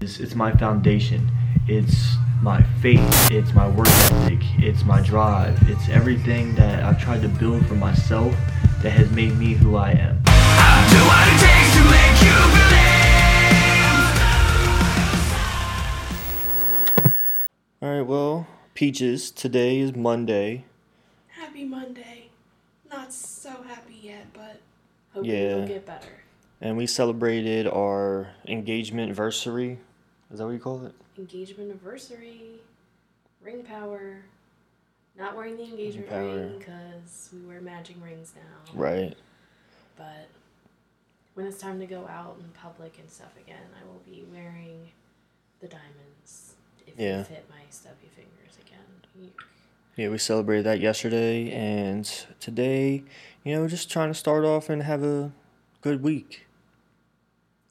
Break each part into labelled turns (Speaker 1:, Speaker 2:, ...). Speaker 1: It's, it's my foundation. It's my faith. It's my work ethic. It's my drive. It's everything that I've tried to build for myself that has made me who I am.
Speaker 2: I'll do what it takes to make you believe.
Speaker 1: All right, well, Peaches, today is Monday.
Speaker 3: Happy Monday. Not so happy yet, but
Speaker 4: Hope
Speaker 1: Yeah.
Speaker 4: it'll get better.
Speaker 1: and we celebrated our engagement anniversary. Is that what you call it?
Speaker 4: Engagement anniversary, ring power. Not wearing the engagement
Speaker 1: power.
Speaker 4: ring because we wear matching rings now.
Speaker 1: Right.
Speaker 4: But when it's time to go out in public and stuff again, I will be wearing the diamonds if
Speaker 1: Yeah.
Speaker 4: they fit my stubby fingers again.
Speaker 1: Yeah, we celebrated that yesterday, and today, you know, just trying to start off and have a good week.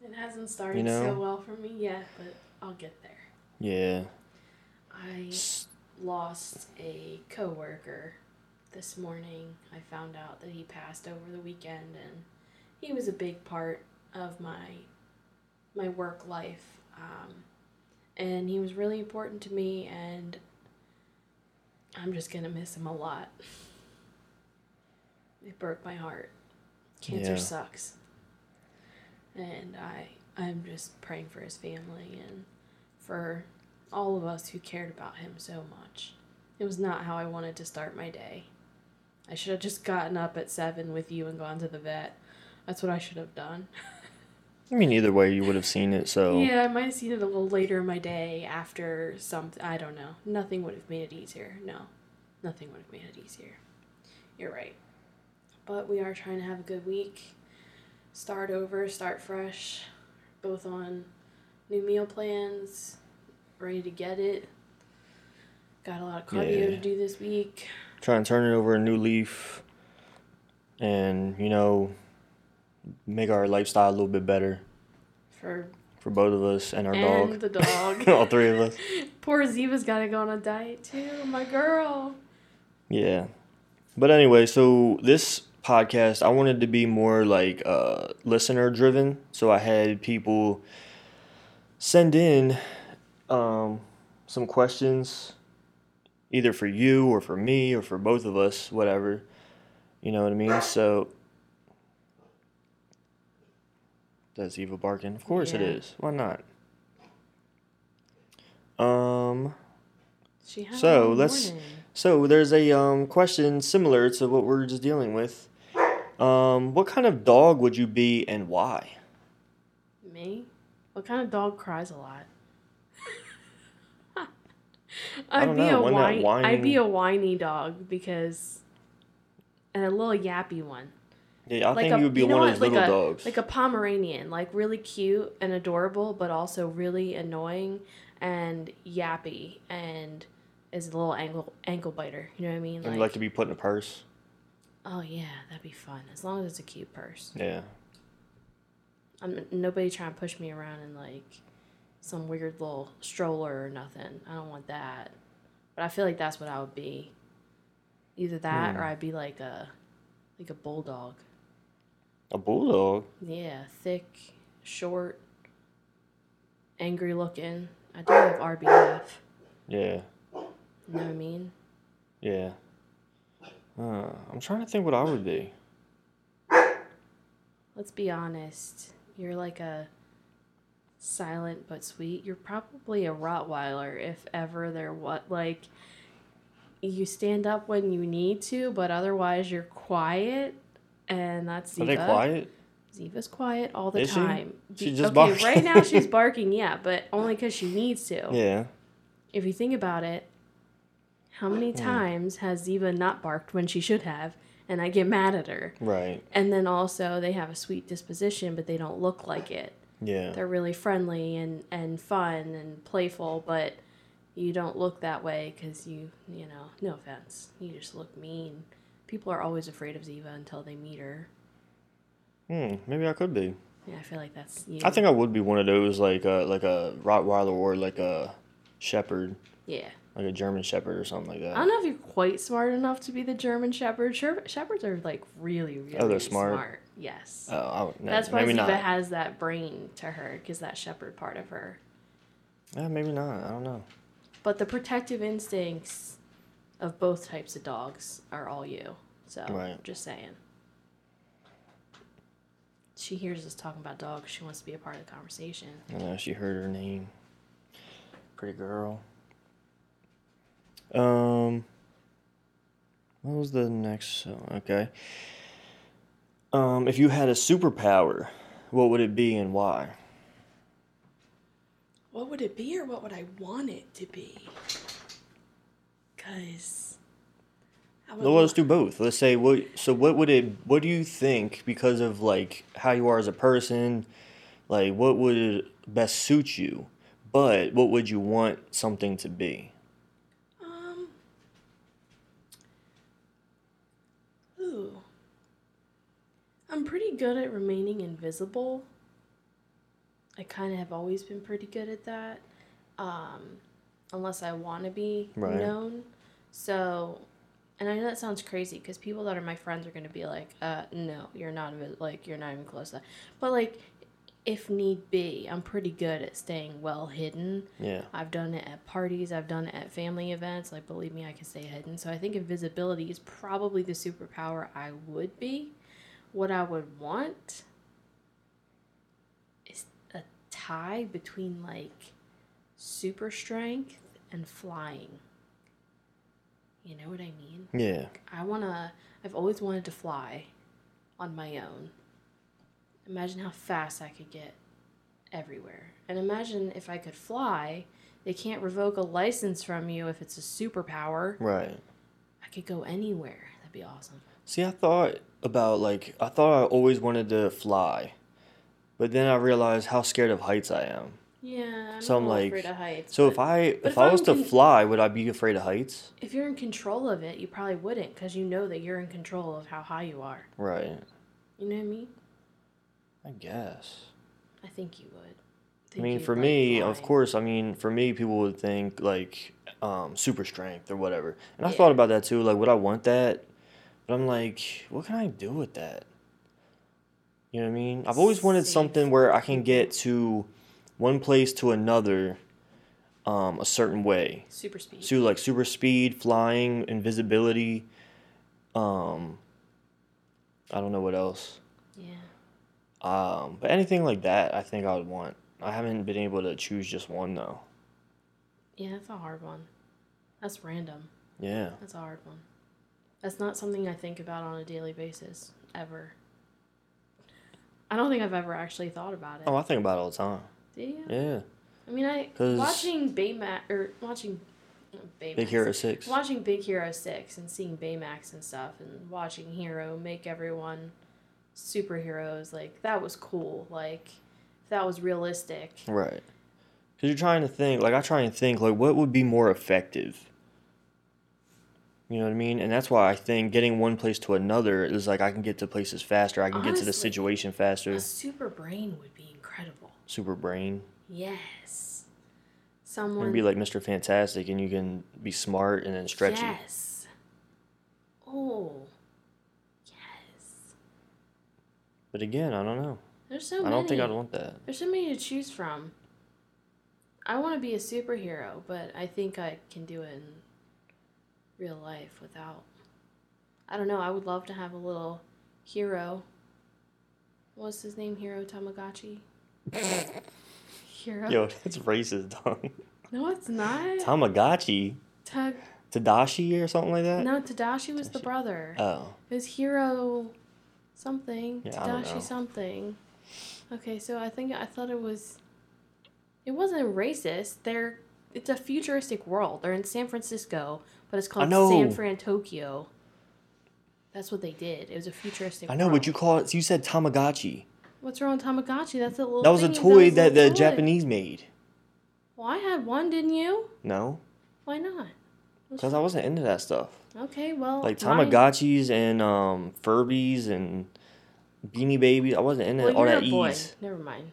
Speaker 4: It hasn't started
Speaker 1: You know?
Speaker 4: so well for me yet, but I'll get there.
Speaker 1: Yeah.
Speaker 4: I
Speaker 1: S-
Speaker 4: lost a coworker this morning. I found out that he passed over the weekend and he was a big part of my my work life. Um, and he was really important to me and I'm just going to miss him a lot. It broke my heart. Cancer
Speaker 1: Yeah.
Speaker 4: sucks. And I I'm just praying for his family and for all of us who cared about him so much. It was not how I wanted to start my day. I should have just gotten up at seven with you and gone to the vet. That's what I should have done.
Speaker 1: I mean, either way, you would have seen it, so.
Speaker 4: Yeah, I might have seen it a little later in my day after some. I don't know. Nothing would have made it easier. No, nothing would have made it easier. You're right. But we are trying to have a good week. Start over, start fresh, both on new meal plans, ready to get it. Got a lot of cardio to
Speaker 1: Yeah.
Speaker 4: do this week.
Speaker 1: Trying to turn it over a new leaf and, you know, make our lifestyle a little bit better
Speaker 4: For
Speaker 1: for both of us and our
Speaker 4: and
Speaker 1: dog.
Speaker 4: the dog.
Speaker 1: All three of us.
Speaker 4: Poor Ziva's gotta go on a diet too, my girl.
Speaker 1: Yeah. But anyway, so this podcast, I wanted to be more like uh, listener driven. So I had people send in um, some questions, either for you or for me or for both of us, whatever. You know what I mean? So. That's Eva barking. Of course it
Speaker 4: Yeah.
Speaker 1: is. Why not? Um.
Speaker 4: She had
Speaker 1: So,
Speaker 4: a long
Speaker 1: let's-
Speaker 4: morning.
Speaker 1: So there's a um, question similar to what we're just dealing with. Um, what kind of dog would you be and why?
Speaker 4: Me? What kind of dog cries a lot?
Speaker 1: I don't
Speaker 4: I'd be
Speaker 1: know,
Speaker 4: a
Speaker 1: one that
Speaker 4: whiny, I'd
Speaker 1: whiny-
Speaker 4: be a whiny dog because, and a little yappy one.
Speaker 1: Yeah, I
Speaker 4: Like
Speaker 1: think
Speaker 4: a,
Speaker 1: you would be
Speaker 4: know
Speaker 1: one
Speaker 4: what?
Speaker 1: of those
Speaker 4: like
Speaker 1: little
Speaker 4: a,
Speaker 1: dogs.
Speaker 4: Like a Pomeranian, like really cute and adorable, but also really annoying and yappy and is a little ankle ankle biter. You know what I mean?
Speaker 1: and you like to be put in a purse.
Speaker 4: oh yeah, that'd be fun as long as it's a cute purse.
Speaker 1: Yeah.
Speaker 4: I'm nobody trying to push me around in like some weird little stroller or nothing. I don't want that. But I feel like that's what I would be. Either that or I'd be like a like a bulldog.
Speaker 1: A bulldog.
Speaker 4: Yeah, thick, short, angry looking. I do have RBF.
Speaker 1: Yeah.
Speaker 4: You know what I mean?
Speaker 1: Yeah. Uh, I'm trying to think what I would be.
Speaker 4: Let's be honest. You're like a silent but sweet. You're probably a Rottweiler if ever they're what like you stand up when you need to, but otherwise you're quiet and that's
Speaker 1: Are
Speaker 4: Ziva.
Speaker 1: they quiet?
Speaker 4: Ziva's quiet all the
Speaker 1: Is she?
Speaker 4: time.
Speaker 1: She
Speaker 4: Be-
Speaker 1: just
Speaker 4: okay,
Speaker 1: barking.
Speaker 4: right now she's barking, yeah, but only cuz she needs to.
Speaker 1: Yeah.
Speaker 4: If you think about it, how many
Speaker 1: Hmm.
Speaker 4: times has Ziva not barked when she should have and I get mad at her?
Speaker 1: Right.
Speaker 4: And then also they have a sweet disposition, but they don't look like it.
Speaker 1: Yeah.
Speaker 4: They're really friendly and, and fun and playful, but you don't look that way because you, you know, no offense. You just look mean. People are always afraid of Ziva until they meet her.
Speaker 1: Hmm, maybe I could be.
Speaker 4: Yeah, I feel like that's you.
Speaker 1: I think I would be one of those like uh, like a Rottweiler or like a shepherd,
Speaker 4: Yeah.
Speaker 1: like a German shepherd or something like that.
Speaker 4: I don't know if you're quite smart enough to be the German Shepherd. Sher- Shepherds are like really, really
Speaker 1: they're smart.
Speaker 4: Yes.
Speaker 1: Oh, I would, no,
Speaker 4: That's why
Speaker 1: maybe
Speaker 4: Ziva
Speaker 1: not.
Speaker 4: has that brain to her, because that shepherd part of her
Speaker 1: Yeah, maybe not. I don't know.
Speaker 4: But the protective instincts of both types of dogs are all you. So
Speaker 1: Right.
Speaker 4: just saying. She hears us talking about dogs. She wants to be a part of the conversation.
Speaker 1: I know she heard her name. Pretty girl. Um, what was the next? so- Okay. Um, if you had a superpower, what would it be and why?
Speaker 3: What would it be or what would I want it to be? Because.
Speaker 1: Well, let's do both. Let's say what. So, what would it? What do you think? Because of like how you are as a person, like what would best suit you? But what would you want something to be?
Speaker 3: Um.
Speaker 4: Ooh. I'm pretty good at remaining invisible. I kind of have always been pretty good at that. Um, unless I want to be
Speaker 1: Right.
Speaker 4: known. So, and I know that sounds crazy because people that are my friends are going to be like, uh, no, you're not, invi- like, you're not even close to that. But, like, if need be, I'm pretty good at staying well hidden.
Speaker 1: Yeah.
Speaker 4: I've done it at parties, I've done it at family events. Like, believe me, I can stay hidden. So, I think invisibility is probably the superpower I would be. What I would want is a tie between like super strength and flying. You know what I mean?
Speaker 1: Yeah.
Speaker 4: I want to, I've always wanted to fly on my own. Imagine how fast I could get everywhere. And imagine if I could fly, they can't revoke a license from you if it's a superpower.
Speaker 1: Right.
Speaker 4: I could go anywhere. That'd be awesome.
Speaker 1: See, I thought about like I thought I always wanted to fly, but then I realized how scared of heights I am.
Speaker 4: Yeah, I'm
Speaker 1: So I'm
Speaker 4: a little
Speaker 1: like,
Speaker 4: afraid of heights.
Speaker 1: so
Speaker 4: but-
Speaker 1: if I
Speaker 4: but
Speaker 1: if I
Speaker 4: I'm
Speaker 1: was to
Speaker 4: con-
Speaker 1: fly, would I be afraid of heights?
Speaker 4: if you're in control of it, you probably wouldn't because you know that you're in control of how high you are.
Speaker 1: Right.
Speaker 4: You know what I mean?
Speaker 1: I guess.
Speaker 4: I think you would.
Speaker 1: I
Speaker 4: think
Speaker 1: mean,
Speaker 4: you'd
Speaker 1: for
Speaker 4: like
Speaker 1: me, of
Speaker 4: flying.
Speaker 1: course. I mean, for me, people would think like um, super strength or whatever, and I
Speaker 4: Yeah.
Speaker 1: thought about that too. Like, would I want that? But I'm like, what can I do with that? You know what I mean? I've always wanted
Speaker 4: Save
Speaker 1: something where I can get to one place to another um, a certain way.
Speaker 4: Super speed.
Speaker 1: So like super speed, flying, invisibility. Um, I don't know what else.
Speaker 4: yeah.
Speaker 1: Um, but anything like that, I think I would want. I haven't been able to choose just one though.
Speaker 4: Yeah, that's a hard one. That's random.
Speaker 1: Yeah.
Speaker 4: That's a hard one. That's not something I think about on a daily basis, ever. I don't think I've ever actually thought about it.
Speaker 1: Oh, I think about it all the time.
Speaker 4: Do you?
Speaker 1: Yeah.
Speaker 4: I mean, I
Speaker 1: 'Cause-
Speaker 4: watching Baymax or watching uh, Baymax,
Speaker 1: Big Hero Six.
Speaker 4: watching Big Hero Six and seeing Baymax and stuff, and watching Hero make everyone superheroes. Like that was cool. Like that was realistic.
Speaker 1: Right. Cause you're trying to think. Like I try and think. Like what would be more effective. You know what I mean? And that's why I think getting one place to another is like I can get to places faster. I can get to the
Speaker 4: Honestly.
Speaker 1: situation faster.
Speaker 4: A super brain would be incredible.
Speaker 1: Super brain.
Speaker 4: Yes.
Speaker 1: You
Speaker 4: Someone.
Speaker 1: can be like Mr. Fantastic and you can be smart and then stretchy.
Speaker 4: Yes. Oh. Yes.
Speaker 1: But again, I don't know.
Speaker 4: There's so
Speaker 1: I
Speaker 4: many.
Speaker 1: don't think I'd want that.
Speaker 4: There's so many to choose from. I want to be a superhero, but I think I can do it in real life without. I don't know. I would love to have a little hero. What's his name? Hero Tamagotchi? hero?
Speaker 1: Yo, that's racist, dog.
Speaker 4: No, it's not.
Speaker 1: Tamagotchi?
Speaker 4: Ta-
Speaker 1: Tadashi or something like that?
Speaker 4: no, Tadashi was the brother.
Speaker 1: Oh.
Speaker 4: His hero something.
Speaker 1: Yeah, I don't know.
Speaker 4: Tadashi something. Okay, so I think I thought it was it wasn't racist. They're it's a futuristic world. They're in San Francisco, but it's called
Speaker 1: know.
Speaker 4: San Fran Tokyo. That's what they did. It was a futuristic
Speaker 1: I know,
Speaker 4: world.
Speaker 1: but you call it you said Tamagotchi.
Speaker 4: What's wrong with Tamagotchi? That's a little
Speaker 1: That was a
Speaker 4: thingy-
Speaker 1: toy
Speaker 4: was a
Speaker 1: that the
Speaker 4: little toy.
Speaker 1: Japanese made.
Speaker 4: Well, I had one, didn't you?
Speaker 1: No?
Speaker 4: Why not?
Speaker 1: Because I wasn't into that stuff.
Speaker 4: Okay, well
Speaker 1: Like
Speaker 4: mine-
Speaker 1: Tamagotchis and um Furbies and Beanie Babies. I wasn't into
Speaker 4: well,
Speaker 1: all
Speaker 4: you're
Speaker 1: that
Speaker 4: a boy.
Speaker 1: ease.
Speaker 4: Never mind.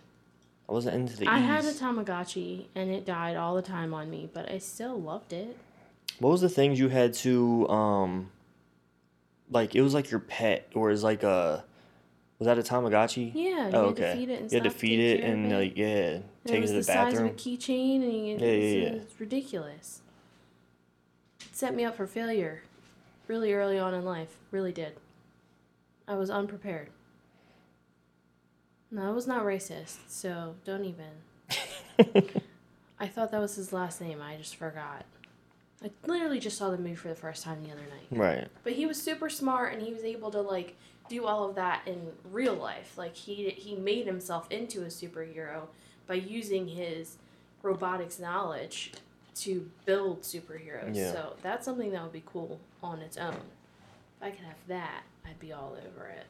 Speaker 1: I wasn't into the
Speaker 4: I
Speaker 1: ease.
Speaker 4: had a Tamagotchi and it died all the time on me, but I still loved it.
Speaker 1: what was the things you had to um like it was like your pet or it was like a Was that a Tamagotchi?
Speaker 4: Yeah, you
Speaker 1: Oh,
Speaker 4: had to
Speaker 1: okay.
Speaker 4: feed it and
Speaker 1: you had to
Speaker 4: stuff,
Speaker 1: feed
Speaker 4: take
Speaker 1: it
Speaker 4: care of
Speaker 1: and
Speaker 4: it.
Speaker 1: like yeah,
Speaker 4: And it
Speaker 1: take it
Speaker 4: was
Speaker 1: to
Speaker 4: the,
Speaker 1: the,
Speaker 4: size of a
Speaker 1: bathroom.
Speaker 4: keychain, and you,
Speaker 1: Yeah, yeah,
Speaker 4: it's-
Speaker 1: yeah.
Speaker 4: it's ridiculous. It set me up for failure, really early on in life. Really did. I was unprepared. No, I was not racist, so don't even. I thought that was his last name. I just forgot. I literally just saw the movie for the first time the other night.
Speaker 1: Right.
Speaker 4: But he was super smart, and he was able to like do all of that in real life. Like he he made himself into a superhero by using his robotics knowledge to build superheroes.
Speaker 1: Yeah.
Speaker 4: So that's something that would be cool on its own. If I could have that, I'd be all over it.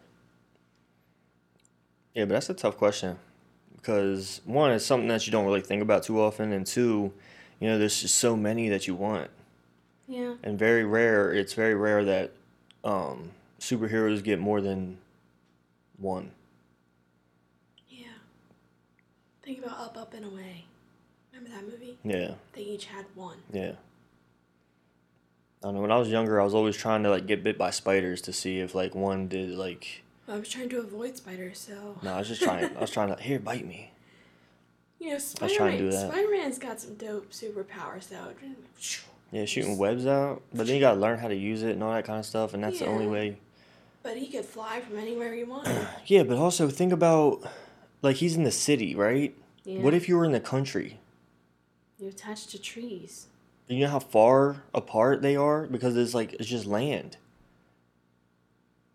Speaker 1: Yeah, but that's a tough question because one, it's something that you don't really think about too often, and two, you know, there's just so many that you want,
Speaker 4: Yeah.
Speaker 1: and very rare. It's very rare that um, superheroes get more than one.
Speaker 3: Yeah. Think about Up, Up, and Away. Remember that movie?
Speaker 1: Yeah,
Speaker 3: They each had one.
Speaker 1: yeah. I don't know. When I was younger, I was always trying to like get bit by spiders to see if like one did like.
Speaker 3: I was trying to avoid spiders, so.
Speaker 1: No, I was just trying. I was trying to here bite me.
Speaker 3: You know,
Speaker 1: was trying to
Speaker 3: Spider-Man,
Speaker 1: do that.
Speaker 3: Spider-Man's got some dope superpowers, though.
Speaker 1: Yeah, shooting webs out, but then you gotta learn how to use it and all that kind of stuff, and that's the only
Speaker 3: Yeah.
Speaker 1: way.
Speaker 3: But he could fly from anywhere he wanted.
Speaker 1: Yeah, but also think about like he's in the city, right?
Speaker 4: Yeah.
Speaker 1: What if you were in the country?
Speaker 4: You're attached to trees.
Speaker 1: You know how far apart they are because it's like it's just land.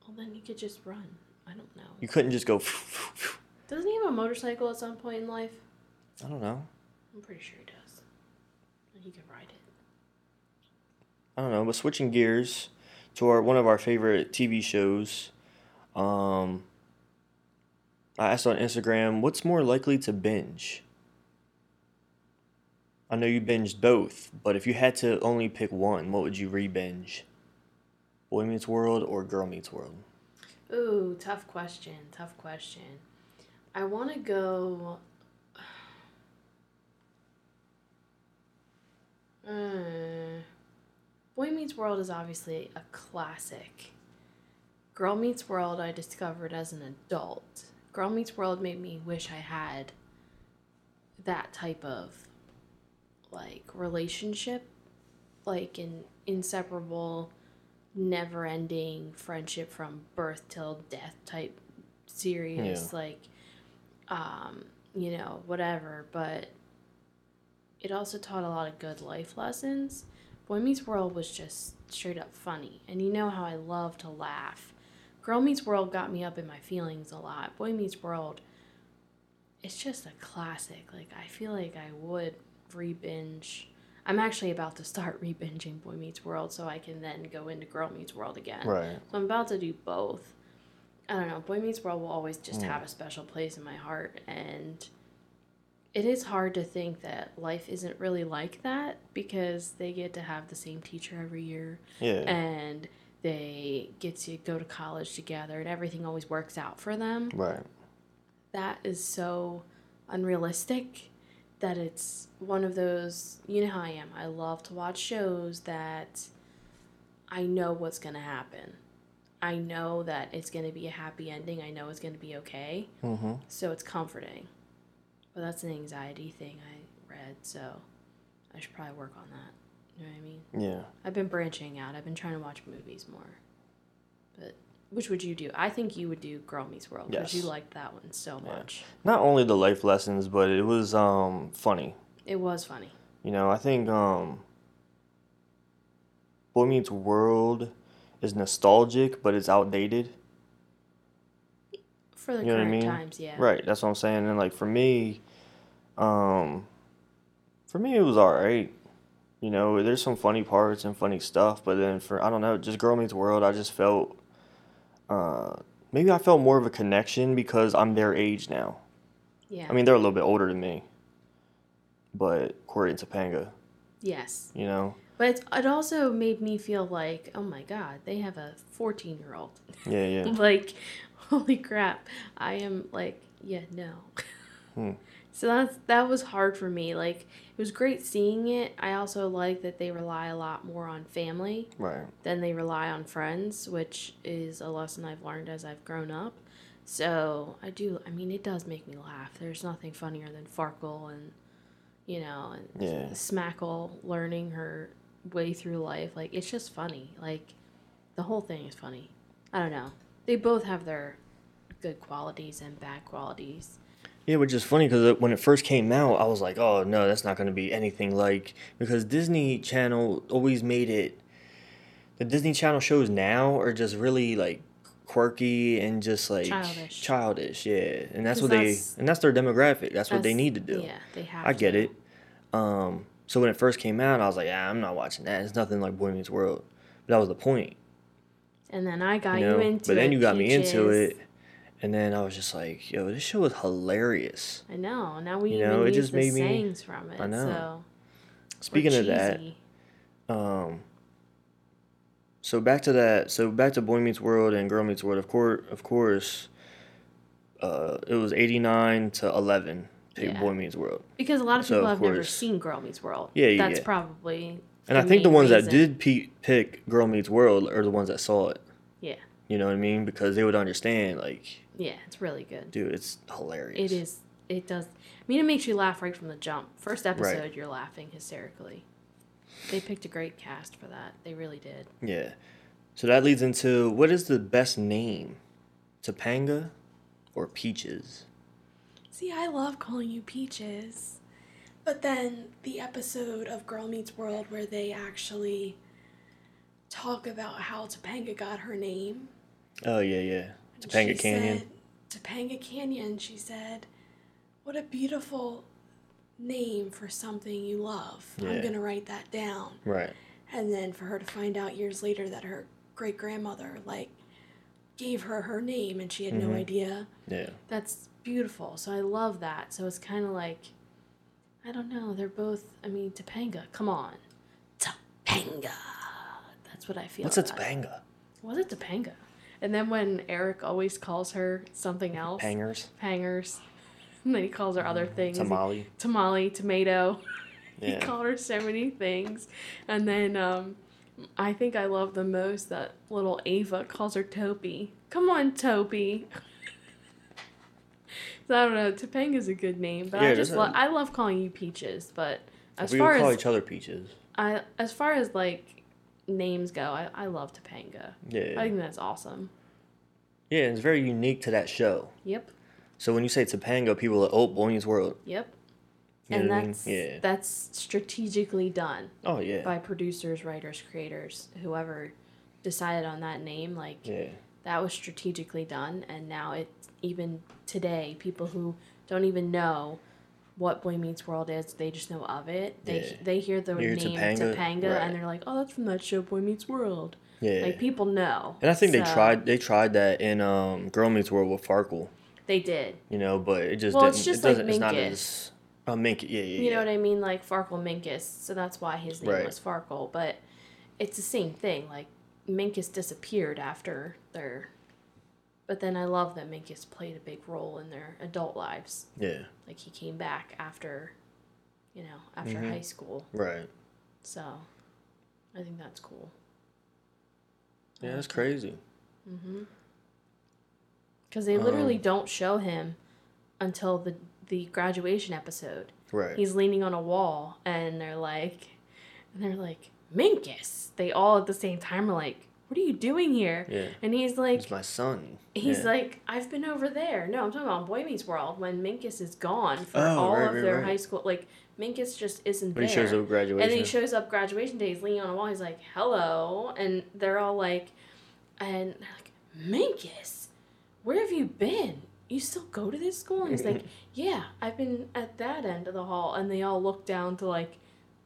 Speaker 4: Well, then you could just run. I don't know.
Speaker 1: You couldn't just go.
Speaker 4: Doesn't he have a motorcycle at some point in life?
Speaker 1: I don't know.
Speaker 4: I'm pretty sure he does. And he could ride it.
Speaker 1: I don't know. But switching gears to our one of our favorite TV shows, um, I asked on Instagram, what's more likely to binge? I know you binged both, but if you had to only pick one, what would you re-binge? Boy Meets World or Girl Meets World?
Speaker 4: Ooh, tough question. Tough question. I want to go. Uh, Boy Meets World is obviously a classic. Girl Meets World I discovered as an adult. Girl Meets World made me wish I had that type of like relationship, like an inseparable never ending friendship from birth till death type series
Speaker 1: Yeah.
Speaker 4: like um you know whatever but it also taught a lot of good life lessons boy meets world was just straight up funny and you know how i love to laugh girl meets world got me up in my feelings a lot boy meets world it's just a classic like i feel like i would re-binge i'm actually about to start re-binging boy meets world so i can then go into girl meets world again
Speaker 1: Right.
Speaker 4: so I'm about to do both. I don't know. Boy Meets World will always just have a special place in my heart, and it is hard to think that life isn't really like that because they get to have the same teacher every year,
Speaker 1: Yeah.
Speaker 4: and they get to go to college together, and everything always works out for them.
Speaker 1: Right.
Speaker 4: That is so unrealistic that it's one of those. You know how I am. I love to watch shows that I know what's going to happen. I know that it's going to be a happy ending. I know it's going to be okay.
Speaker 1: Mm-hmm.
Speaker 4: So it's comforting. But that's an anxiety thing I read, so I should probably work on that. You know what I mean?
Speaker 1: Yeah.
Speaker 4: I've been branching out. I've been trying to watch movies more. But which would you do? I think you would do Girl Meets World because
Speaker 1: Yes.
Speaker 4: you liked that one so much.
Speaker 1: Not only the life lessons, but it was um funny.
Speaker 4: It was funny.
Speaker 1: You know, I think um Boy Meets World is nostalgic, but it's outdated.
Speaker 4: For the
Speaker 1: You know what I
Speaker 4: current
Speaker 1: mean?
Speaker 4: times, yeah.
Speaker 1: Right, that's what I'm saying. And like for me, um for me it was alright. You know, there's some funny parts and funny stuff, but then for I don't know, just Girl Meets World, I just felt uh maybe I felt more of a connection because I'm their age now.
Speaker 4: Yeah.
Speaker 1: I mean, they're a little bit older than me, but Corey and Topanga,
Speaker 4: yes.
Speaker 1: you know,
Speaker 4: But it's, it also made me feel like, oh my God, they have a 14 year old.
Speaker 1: yeah, yeah,
Speaker 4: like, holy crap. I am like, yeah, no.
Speaker 1: Hmm.
Speaker 4: So that's that was hard for me. Like it was great seeing it. I also like that they rely a lot more on family
Speaker 1: right,
Speaker 4: than they rely on friends, which is a lesson I've learned as I've grown up. So I do. I mean, it does make me laugh. There's nothing funnier than Farkle and you know and
Speaker 1: Yeah.
Speaker 4: Smackle learning her way through life. Like it's just funny. Like the whole thing is funny. I don't know. They both have their good qualities and bad qualities.
Speaker 1: Yeah, which is funny because when it first came out, I was like, "Oh no, that's not going to be anything like." Because Disney Channel always made it. The Disney Channel shows now are just really like quirky and just like
Speaker 4: Childish.
Speaker 1: childish, yeah. And that's
Speaker 4: 'Cause
Speaker 1: what they
Speaker 4: that's-
Speaker 1: and that's their demographic. That's what they
Speaker 4: That's-
Speaker 1: need to do.
Speaker 4: Yeah, they have.
Speaker 1: I
Speaker 4: to
Speaker 1: get
Speaker 4: do.
Speaker 1: it. Um, so when it first came out, I was like, "Yeah, I'm not watching that. It's nothing like Boy Meets World." But that was the point,
Speaker 4: And then I got
Speaker 1: you
Speaker 4: you,
Speaker 1: know.
Speaker 4: into.
Speaker 1: but then
Speaker 4: it,
Speaker 1: you got me into
Speaker 4: Peaches.
Speaker 1: it, and then I was just like, "Yo, this show is hilarious."
Speaker 4: I know. Now we
Speaker 1: You
Speaker 4: even
Speaker 1: know, it
Speaker 4: use
Speaker 1: just
Speaker 4: the
Speaker 1: made me-
Speaker 4: sayings from it.
Speaker 1: I know.
Speaker 4: So we're
Speaker 1: Speaking of that,
Speaker 4: cheesy.
Speaker 1: Um. So back to that. So back to Boy Meets World and Girl Meets World. Of course, of course. Uh, it was eighty nine to eleven. Pick
Speaker 4: Yeah.
Speaker 1: Boy Meets World,
Speaker 4: because a lot of
Speaker 1: so,
Speaker 4: people
Speaker 1: of
Speaker 4: have never
Speaker 1: course-
Speaker 4: seen Girl Meets World.
Speaker 1: Yeah, yeah,
Speaker 4: That's
Speaker 1: yeah.
Speaker 4: probably.
Speaker 1: and I think the
Speaker 4: main
Speaker 1: ones that
Speaker 4: reason.
Speaker 1: did pe- pick Girl Meets World are the ones that saw it.
Speaker 4: Yeah,
Speaker 1: You know what I mean? Because they would understand. Like,
Speaker 4: yeah, it's really good.
Speaker 1: dude, it's hilarious.
Speaker 4: It is. It does. I mean, it makes you laugh right from the jump. First episode, you're laughing hysterically. They picked a great cast for that. They really did.
Speaker 1: Yeah. So that leads into what is the best name, Topanga, or Peaches?
Speaker 3: See, I love calling you Peaches. But then the episode of Girl Meets World where they actually talk about how Topanga got her name.
Speaker 1: Oh yeah, yeah.
Speaker 3: and
Speaker 1: Topanga
Speaker 3: she
Speaker 1: Canyon.
Speaker 3: Said, Topanga Canyon, she said, What a beautiful name for something you love.
Speaker 1: Yeah.
Speaker 3: I'm going to write that down.
Speaker 1: Right.
Speaker 3: And then for her to find out years later that her great grandmother, like, gave her her name and she had
Speaker 1: Mm-hmm.
Speaker 3: no idea.
Speaker 1: Yeah.
Speaker 4: That's beautiful. So I love that. So it's kind of like, I don't know. They're both. I mean, Topanga. Come on, Topanga. That's what I feel.
Speaker 1: What's a
Speaker 4: about it.
Speaker 1: Topanga?
Speaker 4: Was it Topanga? And then when Eric always calls her something else,
Speaker 1: Pangers. Mm-hmm.
Speaker 4: hangers, and then he calls her other things,
Speaker 1: Tamale.
Speaker 4: tamale, tomato.
Speaker 1: Yeah.
Speaker 4: He called her so many things, and then um, I think I love the most that little Ava calls her Topi. Come on, Topi. so I don't know. Topanga's a good name, but
Speaker 1: Yeah,
Speaker 4: I
Speaker 1: it
Speaker 4: just
Speaker 1: is a-
Speaker 4: lo- I love calling you Peaches. But as
Speaker 1: we
Speaker 4: far
Speaker 1: would call
Speaker 4: as
Speaker 1: each other peaches.
Speaker 4: I, as far as like names go, I, I love Topanga.
Speaker 1: Yeah.
Speaker 4: I think that's awesome.
Speaker 1: yeah, it's very unique to that show.
Speaker 4: Yep,
Speaker 1: So when you say Topanga, people are like, oh, Boy Meets World.
Speaker 4: yep.
Speaker 1: You
Speaker 4: and
Speaker 1: know what I mean?
Speaker 4: that's
Speaker 1: Yeah.
Speaker 4: that's strategically done
Speaker 1: Oh, yeah.
Speaker 4: by producers, writers, creators, whoever decided on that name. Like
Speaker 1: Yeah.
Speaker 4: that was strategically done, and now it's even today people who don't even know what Boy Meets World is, they just know of it. They
Speaker 1: Yeah.
Speaker 4: they hear the
Speaker 1: You hear
Speaker 4: name
Speaker 1: Topanga,
Speaker 4: Topanga,
Speaker 1: right.
Speaker 4: and they're like, oh, that's from that show Boy Meets World.
Speaker 1: Yeah.
Speaker 4: Like people know.
Speaker 1: and I think they
Speaker 4: So,
Speaker 1: tried they tried that in um, Girl Meets World with Farkle,
Speaker 4: They did.
Speaker 1: you know, but it just
Speaker 4: Well,
Speaker 1: didn't.
Speaker 4: it's just
Speaker 1: it doesn't.
Speaker 4: like
Speaker 1: it's not
Speaker 4: Minkus.
Speaker 1: as uh, Mink. Yeah, yeah,
Speaker 4: You know
Speaker 1: yeah.
Speaker 4: what I mean? Like Farkle Minkus. So that's why his name
Speaker 1: Right.
Speaker 4: was Farkle. But it's the same thing. Like Minkus disappeared after their. But then I love that Minkus played a big role in their adult lives.
Speaker 1: Yeah.
Speaker 4: Like he came back after, you know, after
Speaker 1: Mm-hmm.
Speaker 4: high school.
Speaker 1: Right.
Speaker 4: So I think that's cool.
Speaker 1: Yeah, that's crazy.
Speaker 4: Because they literally
Speaker 1: Um,
Speaker 4: don't show him until the the graduation episode.
Speaker 1: Right.
Speaker 4: He's leaning on a wall, and they're like, and they're like, Minkus. They all at the same time are like, "What are you doing here?"
Speaker 1: Yeah.
Speaker 4: And he's like,
Speaker 1: It's my son.
Speaker 4: he's
Speaker 1: Yeah.
Speaker 4: like, "I've been over there." No, I'm talking about Boy Meets World when Minkus is gone for
Speaker 1: Oh,
Speaker 4: all
Speaker 1: right,
Speaker 4: of
Speaker 1: right,
Speaker 4: their
Speaker 1: right.
Speaker 4: high school. Like Minkus just isn't
Speaker 1: But he
Speaker 4: there.
Speaker 1: shows up at graduation.
Speaker 4: And then he shows up graduation day. He's leaning on a wall. He's like, "Hello," and they're all like, and they're like, "Minkus, where have you been? You still go to this school?" And he's like, "Yeah, I've been at that end of the hall." And they all look down to like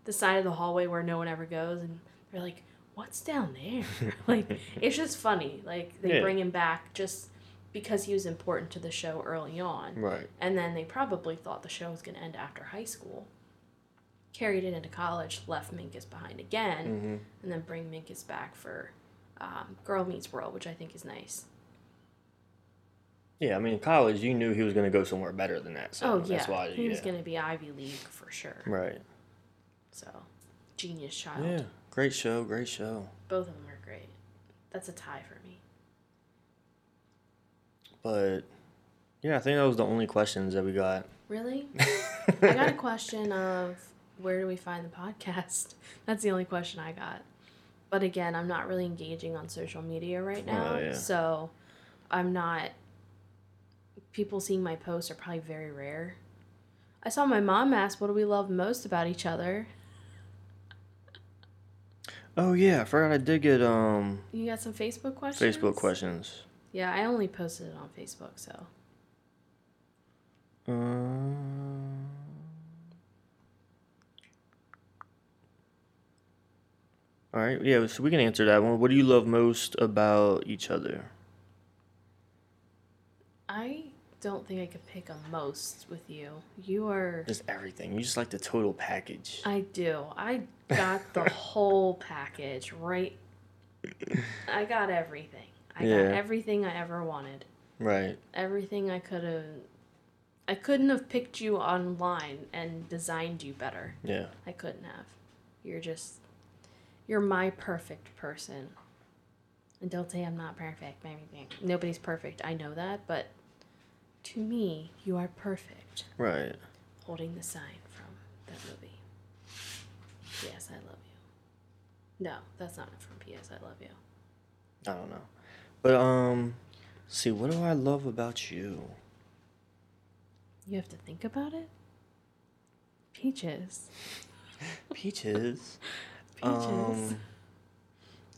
Speaker 4: the side of the hallway where no one ever goes, and they're like, "What's down there?" like it's just funny. Like they
Speaker 1: Yeah.
Speaker 4: bring him back just because he was important to the show early on.
Speaker 1: right.
Speaker 4: And then they probably thought the show was going to end after high school. Carried it into college, left Minkus behind again,
Speaker 1: Mm-hmm.
Speaker 4: and then bring Minkus back for um, Girl Meets World, which I think is nice.
Speaker 1: Yeah, I mean, in college, you knew he was going to go somewhere better than that. So
Speaker 4: oh, yeah.
Speaker 1: That's why,
Speaker 4: he was
Speaker 1: yeah.
Speaker 4: going to be Ivy League for sure.
Speaker 1: Right.
Speaker 4: So, genius child.
Speaker 1: Yeah. Great show. Great show.
Speaker 4: Both of them are great. That's a tie for me.
Speaker 1: But Yeah, I think that was the only questions that we got.
Speaker 4: Really? I got a question of where do we find the podcast? That's the only question I got. But again, I'm not really engaging on social media right now.
Speaker 1: Oh, yeah.
Speaker 4: So I'm not. People seeing my posts are probably very rare. I saw my mom ask, What do we love most about each other?
Speaker 1: Oh yeah, I forgot I did get um
Speaker 4: You got some Facebook questions?
Speaker 1: Facebook questions.
Speaker 4: Yeah, I only posted it on Facebook, so.
Speaker 1: Uh, Um, all right, yeah, so we can answer that one. What do you love most about each other?
Speaker 4: I don't think I could pick a most with you. You are.
Speaker 1: Just everything. You just like the total package.
Speaker 3: Uh,
Speaker 4: I do. I got the whole package, right? I got everything. I
Speaker 1: Yeah.
Speaker 4: got everything I ever wanted.
Speaker 1: Right.
Speaker 4: Everything I could have. I couldn't have picked you online and designed you better.
Speaker 1: Yeah.
Speaker 4: I couldn't have. You're just. You're my perfect person. And don't say I'm not perfect. Maybe nobody's perfect. I know that, but to me, you are perfect
Speaker 1: Right.
Speaker 4: holding the sign from that movie. P.S. I love you. No, that's not from P.S. I love you.
Speaker 1: I don't know. But um let's see, what do I love about you?
Speaker 4: You have to think about it. Peaches.
Speaker 1: Peaches.
Speaker 4: Peaches.
Speaker 1: Um,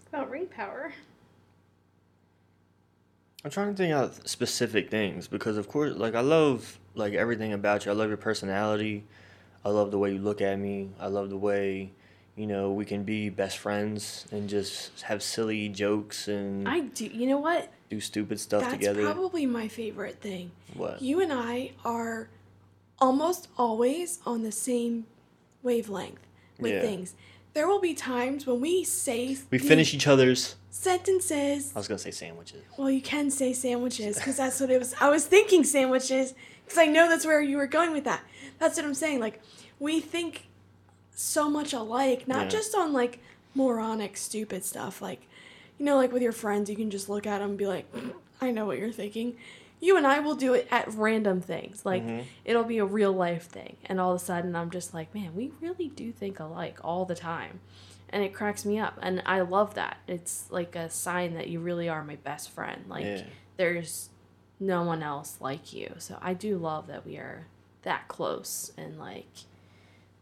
Speaker 4: about ring power.
Speaker 1: I'm trying to think out specific things because of course like I love like everything about you. I love your personality. I love the way you look at me. I love the way you know we can be best friends and just have silly jokes and
Speaker 4: I do. You know what?
Speaker 1: do stupid stuff
Speaker 3: That's
Speaker 1: together.
Speaker 3: probably my favorite thing.
Speaker 1: what?
Speaker 3: You and I are almost always on the same wavelength with
Speaker 1: Yeah.
Speaker 3: things. There will be times when we say
Speaker 1: we
Speaker 3: these
Speaker 1: finish Uh, each other's
Speaker 3: sentences.
Speaker 1: I was going to say sandwiches.
Speaker 3: Well, you can say sandwiches because that's what it was. I was thinking sandwiches because I know that's where you were going with that. That's what I'm saying. Like, we think so much alike, not
Speaker 1: Yeah.
Speaker 3: just on like moronic, stupid stuff. Like, you know, like with your friends, you can just look at them and be like, "Mm, I know what you're thinking. You and I will do it at
Speaker 4: At random things. Like,
Speaker 1: Mm-hmm.
Speaker 4: it'll be a real life thing. And all of a sudden, I'm just like, man, we really do think alike all the time. And it cracks me up. And I love that. It's like a sign that you really are my best friend. Like,
Speaker 1: Yeah.
Speaker 4: there's no one else like you. So I do love that we are that close and like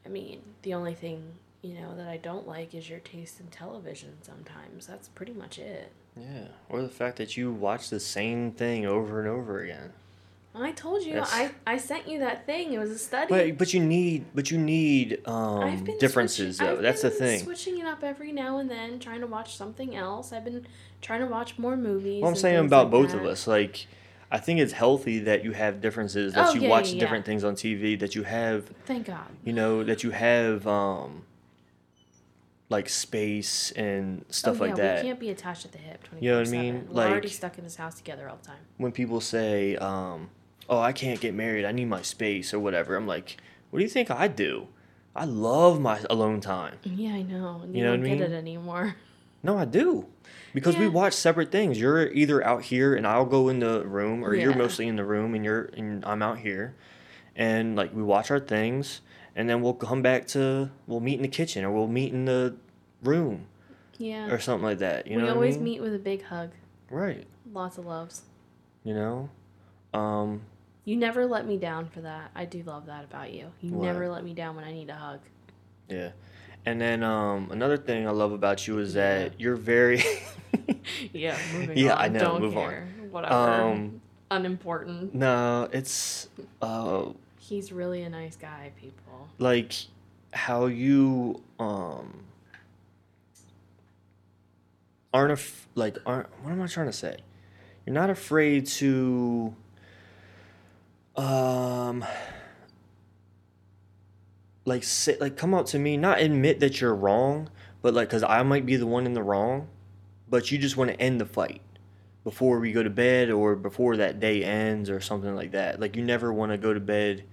Speaker 4: I mean, the only thing, you know, that I don't like is your taste in television sometimes. That's pretty much it.
Speaker 1: Yeah. Or the fact that you watch the same thing over and over again.
Speaker 4: I told you
Speaker 1: Yes.
Speaker 4: I I sent you that thing. It was a study.
Speaker 1: But but you need but you need
Speaker 4: I've
Speaker 1: um,
Speaker 4: been
Speaker 1: differences
Speaker 4: switching-
Speaker 1: though.
Speaker 4: I've
Speaker 1: That's the
Speaker 4: been
Speaker 1: thing.
Speaker 4: Switching it up every now and then, trying to watch something else. I've been trying to watch more movies.
Speaker 1: Well, I'm
Speaker 4: and
Speaker 1: saying
Speaker 4: things
Speaker 1: about
Speaker 4: like
Speaker 1: both
Speaker 4: that.
Speaker 1: of us. Like, I think it's healthy that you have differences, that
Speaker 4: Oh,
Speaker 1: you
Speaker 4: yeah,
Speaker 1: watch
Speaker 4: yeah, yeah.
Speaker 1: different things on TV, that you have,
Speaker 4: Thank God.
Speaker 1: you know, that you have, um, like space and stuff
Speaker 4: Oh,
Speaker 1: like
Speaker 4: yeah,
Speaker 1: that.
Speaker 4: We can't be attached at the hip. 24/7.
Speaker 1: You know what I mean?
Speaker 4: We're already
Speaker 1: Like-
Speaker 4: stuck in this house together all the time.
Speaker 1: When people say, um, "Oh, I can't get married. I need my space" or whatever, I'm like, "What do you think I do? I love my alone time."
Speaker 4: Yeah, I know. And you,
Speaker 1: Mm-hmm. You know
Speaker 4: don't
Speaker 1: what I
Speaker 4: get
Speaker 1: mean?
Speaker 4: it anymore.
Speaker 1: No, I do. Because we
Speaker 4: Yeah.
Speaker 1: watch separate things. You're either out here and I'll go in the room or you're
Speaker 4: Yeah.
Speaker 1: mostly in the room and you're and I'm out here. And like we watch our things and then we'll come back to we'll meet in the kitchen or we'll meet in the room
Speaker 4: Yeah.
Speaker 1: or something like that. You
Speaker 4: we
Speaker 1: know what I
Speaker 4: always
Speaker 1: mean?
Speaker 4: meet with a big hug.
Speaker 1: Right.
Speaker 4: Lots of loves.
Speaker 1: You know? Um
Speaker 4: You never let me down for that. I do love that about you. You
Speaker 1: What?
Speaker 4: never let me down when I need a hug.
Speaker 1: yeah. And then um another thing I love about you is that you're very
Speaker 4: Yeah, moving
Speaker 1: Yeah,
Speaker 4: on.
Speaker 1: I know,
Speaker 4: Don't
Speaker 1: move on.
Speaker 4: care. Whatever.
Speaker 1: um
Speaker 4: Unimportant.
Speaker 1: no, it's uh
Speaker 4: He's really a nice guy, people.
Speaker 1: like how you um aren't af- like aren't what am I trying to say? You're not afraid to um like say like come out to me, not admit that you're wrong, but like cuz I might be the one in the wrong, but you just want to end the fight before we go to bed or before that day ends or something like that. Like you never want to go to bed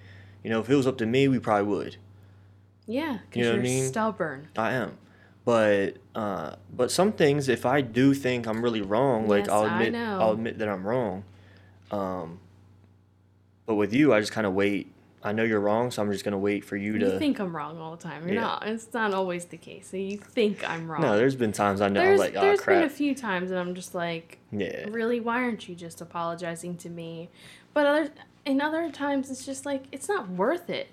Speaker 1: you know, if it was up to me, we probably would.
Speaker 4: Yeah, because
Speaker 1: You know
Speaker 4: you
Speaker 1: what I
Speaker 4: are
Speaker 1: mean?
Speaker 4: stubborn.
Speaker 1: I am. But uh, but some things, if I do think I'm really wrong, like
Speaker 4: Yes,
Speaker 1: I'll
Speaker 4: I
Speaker 1: admit,
Speaker 4: know.
Speaker 1: I'll admit that I'm wrong. Um, But with you, I just kind of wait. I know you're wrong, so I'm just gonna wait for you to.
Speaker 4: You think I'm wrong all the time. You're
Speaker 1: Yeah.
Speaker 4: not. It's not always the case. So you think I'm wrong.
Speaker 1: no, there's been times I know I'm
Speaker 4: there's,
Speaker 1: like, oh
Speaker 4: there's been a
Speaker 1: crap.
Speaker 4: few times and I'm just like,
Speaker 1: yeah,
Speaker 4: really, why aren't you just apologizing to me? But other and other times it's just like it's not worth it.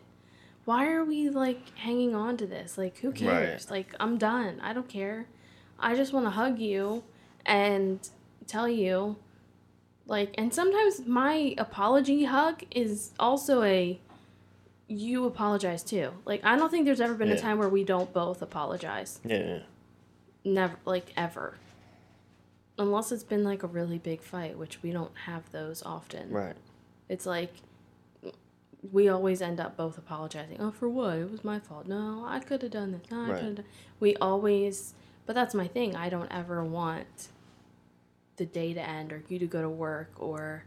Speaker 4: Why are we like hanging on to this? Like who cares? Like I'm done. I don't care. I just want to hug you and tell you like and sometimes my apology hug is also a you apologize too. Like I don't think there's ever been a
Speaker 1: Yeah.
Speaker 4: time where we don't both apologize
Speaker 1: yeah.
Speaker 4: never like ever unless it's been like a really big fight which we don't have those often
Speaker 1: Right.
Speaker 4: it's like we always end up both apologizing oh for what it was my fault no i could have done this no, I
Speaker 1: Right.
Speaker 4: could have done. we always but that's my thing i don't ever want the day to end or you to go to work or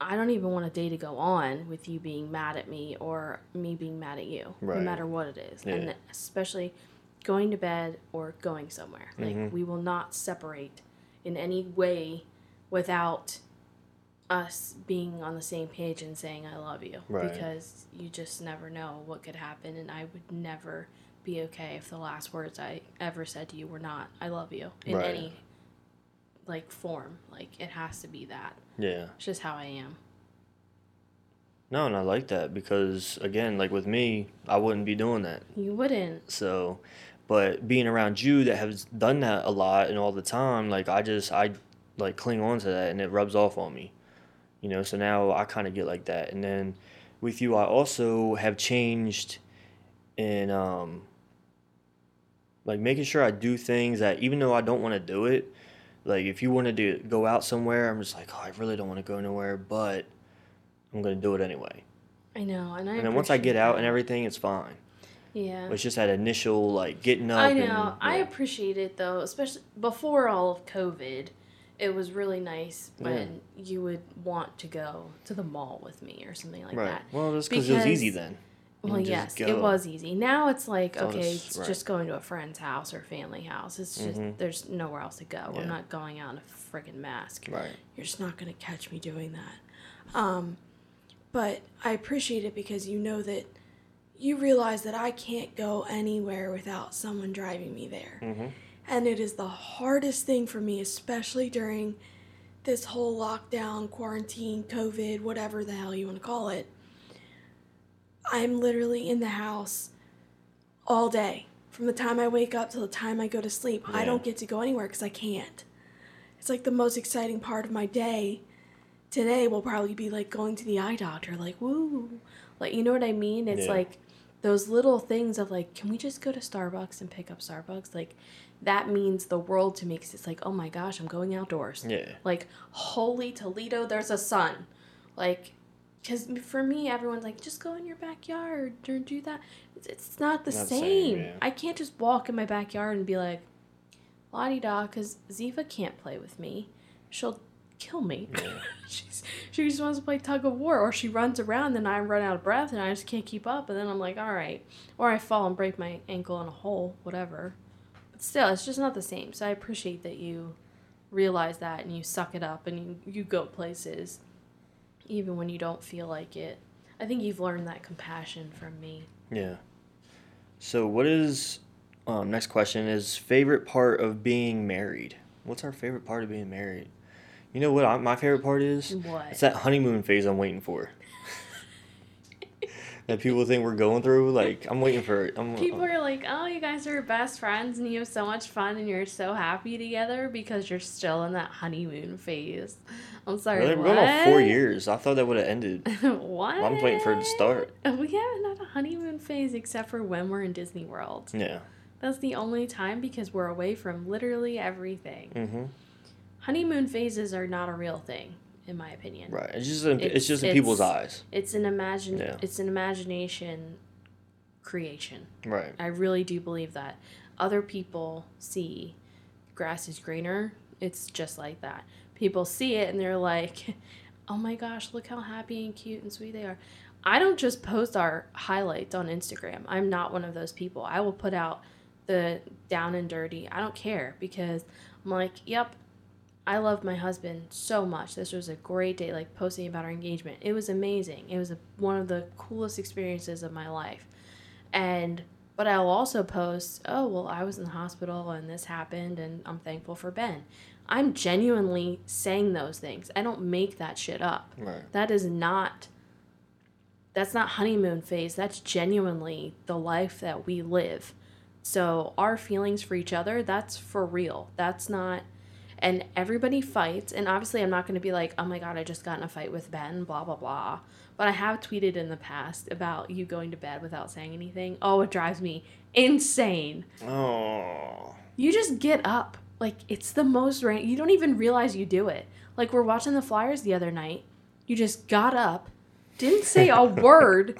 Speaker 4: i don't even want a day to go on with you being mad at me or me being mad at you
Speaker 1: Right.
Speaker 4: no matter what it is
Speaker 1: Yeah.
Speaker 4: and especially going to bed or going somewhere
Speaker 1: Mm-hmm.
Speaker 4: like we will not separate in any way without us being on the same page and saying I love you
Speaker 1: Right.
Speaker 4: because you just never know what could happen and I would never be okay if the last words I ever said to you were not I love you in
Speaker 1: Right.
Speaker 4: any like form like it has to be that
Speaker 1: Yeah.
Speaker 4: it's just how I am
Speaker 1: No, and I like that because again, like with me, I wouldn't be doing that.
Speaker 4: you wouldn't
Speaker 1: So, but being around you that has done that a lot and all the time, like I just I like cling on to that and it rubs off on me. You know, so now I kind of get like that. And then with you, I also have changed in um like making sure I do things that even though I don't want to do it, like if you wanted to go out somewhere, I'm just like, "Oh, I really don't want to go nowhere, but I'm going to do it anyway."
Speaker 4: I know and I
Speaker 1: And then once I get
Speaker 4: appreciate
Speaker 1: out
Speaker 4: that.
Speaker 1: and everything, it's fine.
Speaker 4: yeah
Speaker 1: It's just that initial like getting up.
Speaker 4: I know.
Speaker 1: And,
Speaker 4: I
Speaker 1: yeah.
Speaker 4: appreciate it though, especially before all of COVID. It was really nice when you would want to go to the mall with me or something like
Speaker 1: right.
Speaker 4: that.
Speaker 1: Well, that's because it was easy
Speaker 4: Because-
Speaker 1: then. You
Speaker 4: Well,
Speaker 1: just
Speaker 4: yes,
Speaker 1: go.
Speaker 4: it was easy. Now it's like
Speaker 1: all
Speaker 4: okay,
Speaker 1: this-
Speaker 4: it's
Speaker 1: right. Mm-hmm.
Speaker 4: just going to a friend's house or family house. It's just there's nowhere else to go.
Speaker 1: Yeah.
Speaker 4: We're not going out in a friggin' mask.
Speaker 1: Right.
Speaker 3: You're just not going to catch me doing that. Um, but I appreciate it because you know that you realize that I can't go anywhere without someone driving me there. And it is the hardest thing for me, especially during this whole lockdown, quarantine, COVID, whatever the hell you want to call it. I'm literally in the house all day from the time I wake up till the time I go to sleep. I
Speaker 1: Yeah.
Speaker 3: don't get to go anywhere because I can't. It's like the most exciting part of my day. Today will probably be like going to the eye doctor, like, woo.
Speaker 4: Like you know what I mean? It's
Speaker 1: Yeah.
Speaker 4: like those little things of like, can we just go to Starbucks and pick up Starbucks? Like that means the world to me 'cause it's like, oh my gosh, I'm going outdoors.
Speaker 1: Yeah.
Speaker 4: Like holy Toledo, there's a sun. Like, cause for me, everyone's like, just go in your backyard or do that. It's, it's not the
Speaker 1: Not the
Speaker 4: same.
Speaker 1: same, yeah.
Speaker 4: I can't just walk in my backyard and be like, la di da, cause Ziva can't play with me. She'll kill me. She's, she just wants to play tug of war, or she runs around and I run out of breath and I just can't keep up, and then I'm like, all right. Or I fall and break my ankle in a hole, whatever. But still, it's just not the same. So I appreciate that you realize that and you suck it up and you, you go places, even when you don't feel like it. I think you've learned that compassion from me.
Speaker 1: Yeah. So what is um, next question is favorite part of being married? What's our favorite part of being married? You know what I, my favorite part is?
Speaker 4: What?
Speaker 1: It's that honeymoon phase I'm waiting for. that people think we're going through. Like I'm waiting for it. I'm, uh,
Speaker 4: People are like, oh, you guys are best friends and you have so much fun and you're so happy together because you're still in that honeymoon phase. I'm sorry.
Speaker 1: Really?
Speaker 4: what?
Speaker 1: We're going on four years. I thought that would have ended.
Speaker 4: what?
Speaker 1: I'm waiting for it to start.
Speaker 4: We haven't had a honeymoon phase except for when we're in Disney World.
Speaker 1: Yeah.
Speaker 4: That's the only time because we're away from literally everything.
Speaker 1: Mm-hmm.
Speaker 4: Honeymoon phases are not a real thing, in my opinion.
Speaker 1: Right. It's just in, it's,
Speaker 4: It's-
Speaker 1: just in
Speaker 4: it's-
Speaker 1: people's eyes.
Speaker 4: It's an imagine
Speaker 1: Yeah.
Speaker 4: it's an imagination creation.
Speaker 1: Right.
Speaker 4: I really do believe that. Other people see grass is greener. It's just like that. People see it and they're like, oh my gosh, look how happy and cute and sweet they are. I don't just post our highlights on Instagram. I'm not one of those people. I will put out the down and dirty. I don't care because I'm like, yep, I love my husband so much. This was a great day, like posting about our engagement. It was amazing. It was a, one of the coolest experiences of my life. And, but I'll also post, oh, well, I was in the hospital and this happened and I'm thankful for Ben. I'm genuinely saying those things. I don't make that shit up.
Speaker 1: Right.
Speaker 4: That is not that's not honeymoon phase. That's genuinely the life that we live. So our feelings for each other, that's for real. That's not and everybody fights and obviously I'm not going to be like, "Oh my god, I just got in a fight with Ben, blah blah blah." But I have tweeted in the past about you going to bed without saying anything. Oh, it drives me insane.
Speaker 1: Oh.
Speaker 4: You just get up. Like it's the most rain. You don't even realize you do it. Like we're watching the Flyers the other night. You just got up, didn't say a word,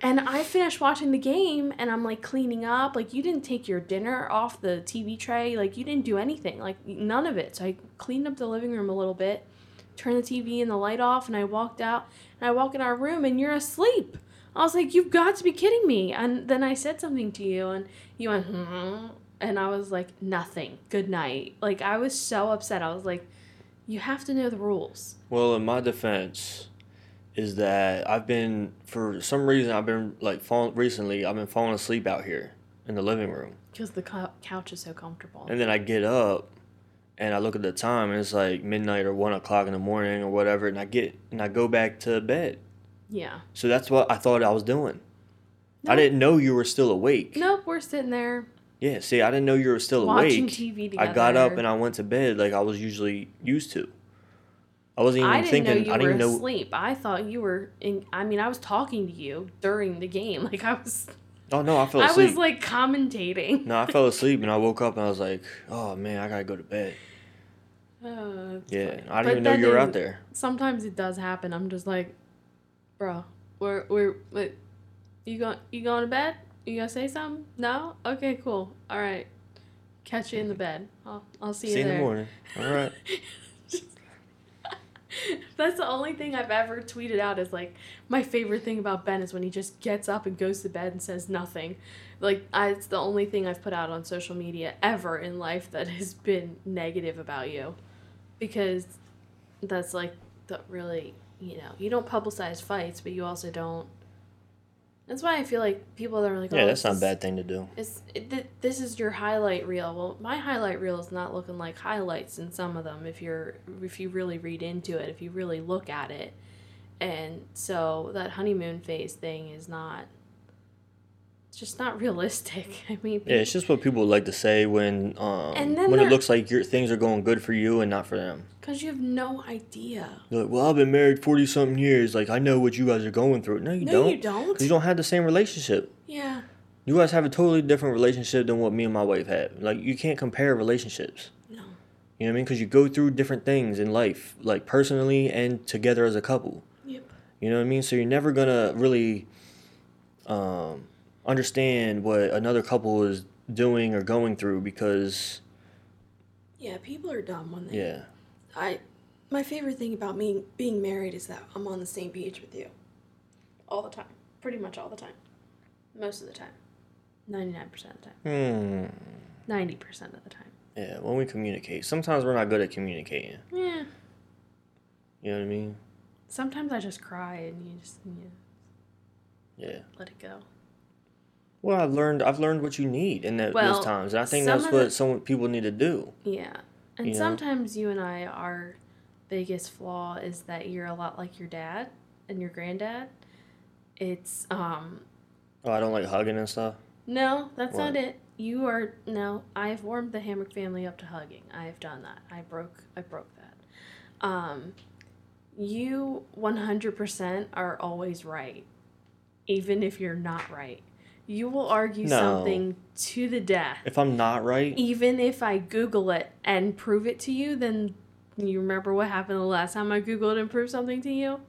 Speaker 4: and I finished watching the game and I'm like cleaning up. Like you didn't take your dinner off the TV tray. Like you didn't do anything. Like none of it. So I cleaned up the living room a little bit, turned the TV and the light off, and I walked out and I walk in our room and you're asleep. I was like, you've got to be kidding me. And then I said something to you and you went, hmm. And I was like, nothing. Good night. Like, I was so upset. I was like, you have to know the rules.
Speaker 1: Well, in my defense, is that I've been for some reason I've been like falling recently. I've been falling asleep out here in the living room,
Speaker 4: Because the cou- couch is so comfortable.
Speaker 1: and then I get up and I look at the time, and it's like midnight or one o'clock in the morning or whatever, and I get and I go back to bed.
Speaker 4: yeah.
Speaker 1: So that's what I thought I was doing. I
Speaker 4: No.
Speaker 1: didn't know you were still awake.
Speaker 4: Nope, we're sitting there.
Speaker 1: Yeah, see, I didn't know you were still
Speaker 4: Watching
Speaker 1: awake.
Speaker 4: TV
Speaker 1: I got up
Speaker 4: together.
Speaker 1: and I went to bed like I was usually used to. I wasn't even
Speaker 4: I didn't
Speaker 1: thinking.
Speaker 4: know you
Speaker 1: I didn't
Speaker 4: were
Speaker 1: know.
Speaker 4: asleep. I thought you were in. I mean, I was talking to you during the game. Like, I was.
Speaker 1: Oh no, I fell
Speaker 4: I
Speaker 1: asleep.
Speaker 4: was like commentating.
Speaker 1: no, I fell asleep and I woke up and I was like, oh man, I gotta go to bed.
Speaker 4: Oh, that's
Speaker 1: Yeah,
Speaker 4: funny.
Speaker 1: I
Speaker 4: But
Speaker 1: didn't even know
Speaker 4: then
Speaker 1: you were
Speaker 4: in-
Speaker 1: out there.
Speaker 4: sometimes it does happen. I'm just like, bro, we're we're wait, you going you going to bed? You gonna say something? No? Okay, cool. All right, catch you in the bed. I'll I'll see,
Speaker 1: See,
Speaker 4: you
Speaker 1: you in
Speaker 4: there.
Speaker 1: the morning. All right.
Speaker 4: That's the only thing I've ever tweeted out is like my favorite thing about Ben is when he just gets up and goes to bed and says nothing. Like I, it's the only thing I've put out on social media ever in life that has been negative about you, because that's like the really you know you don't publicize fights, but you also don't. That's why I feel like people that are like,
Speaker 1: Yeah,
Speaker 4: oh,
Speaker 1: that's not a
Speaker 4: this-
Speaker 1: bad thing to do.
Speaker 4: It's, it, th- this is your highlight reel. Well, my highlight reel is not looking like highlights in some of them. If you're, if you really read into it, if you really look at it, and so that honeymoon phase thing is not, it's just not realistic. I mean,
Speaker 1: Yeah, it's just what people like to say when um
Speaker 4: And then
Speaker 1: when it
Speaker 4: there-
Speaker 1: looks like your things are going good for you and not for them.
Speaker 4: because you have no idea.
Speaker 1: They're like, well, I've been married forty something years. Like, I know what you guys are going through. No, you
Speaker 4: No,
Speaker 1: don't.
Speaker 4: you don't.
Speaker 1: 'Cause You don't have the same relationship.
Speaker 4: Yeah,
Speaker 1: You guys have a totally different relationship than what me and my wife had. Like, you can't compare relationships.
Speaker 4: no.
Speaker 1: You know what I mean? Because you go through different things in life, like personally and together as a couple.
Speaker 4: Yep.
Speaker 1: You know what I mean? So you're never gonna really um, understand what another couple is doing or going through because
Speaker 3: Yeah, people are dumb when they.
Speaker 1: yeah,
Speaker 3: I, my favorite thing about me being married is that I'm on the same page with you.
Speaker 4: All the time, pretty much all the time, most of the time, ninety nine percent of the
Speaker 1: hmm,
Speaker 4: time, ninety percent of the time.
Speaker 1: yeah. When we communicate, sometimes we're not good at communicating.
Speaker 4: Yeah.
Speaker 1: You know what I mean?
Speaker 4: Sometimes I just cry and you just you
Speaker 1: Yeah.
Speaker 4: let it go.
Speaker 1: Well, I've learned I've learned what you need in that,
Speaker 4: Well,
Speaker 1: those times, and I think
Speaker 4: some
Speaker 1: that's
Speaker 4: of
Speaker 1: what
Speaker 4: the-
Speaker 1: some people need to do.
Speaker 4: Yeah. And
Speaker 1: You know?
Speaker 4: sometimes you and I, our biggest flaw is that you're a lot like your dad and your granddad. It's, um,
Speaker 1: Oh, I don't like hugging and stuff.
Speaker 4: no, that's
Speaker 1: What?
Speaker 4: not it. You are, no, I've warmed the Hammock family up to hugging. I've done that. I broke, I broke that. Um, you 100% are always right, even if you're not right. You will argue
Speaker 1: No.
Speaker 4: something to the death.
Speaker 1: If I'm not right,
Speaker 4: even if I Google it and prove it to you, then you remember what happened the last time I Googled and proved something to you?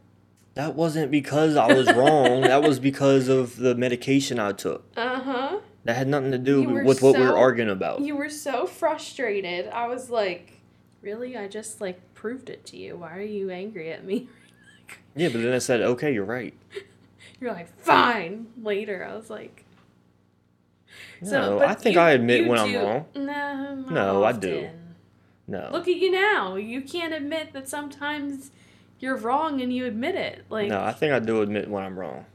Speaker 1: that wasn't because I was wrong. that was because of the medication I took.
Speaker 4: Uh huh.
Speaker 1: That had nothing to do
Speaker 4: You were
Speaker 1: with what we were
Speaker 4: so-
Speaker 1: arguing about.
Speaker 4: You were so frustrated. I was like, really? I just like proved it to you. Why are you angry at me?
Speaker 1: Yeah, but then I said, okay, you're right.
Speaker 4: You're like, fine. Later, I was like,
Speaker 1: No,
Speaker 4: but
Speaker 1: I think
Speaker 4: you-
Speaker 1: I admit
Speaker 4: you
Speaker 1: when I'm
Speaker 4: do-
Speaker 1: wrong.
Speaker 4: No, not
Speaker 1: No, I do.
Speaker 4: often.
Speaker 1: No.
Speaker 4: Look at you now. You can't admit that sometimes you're wrong and you admit it. Like
Speaker 1: no, I think I do admit when I'm wrong.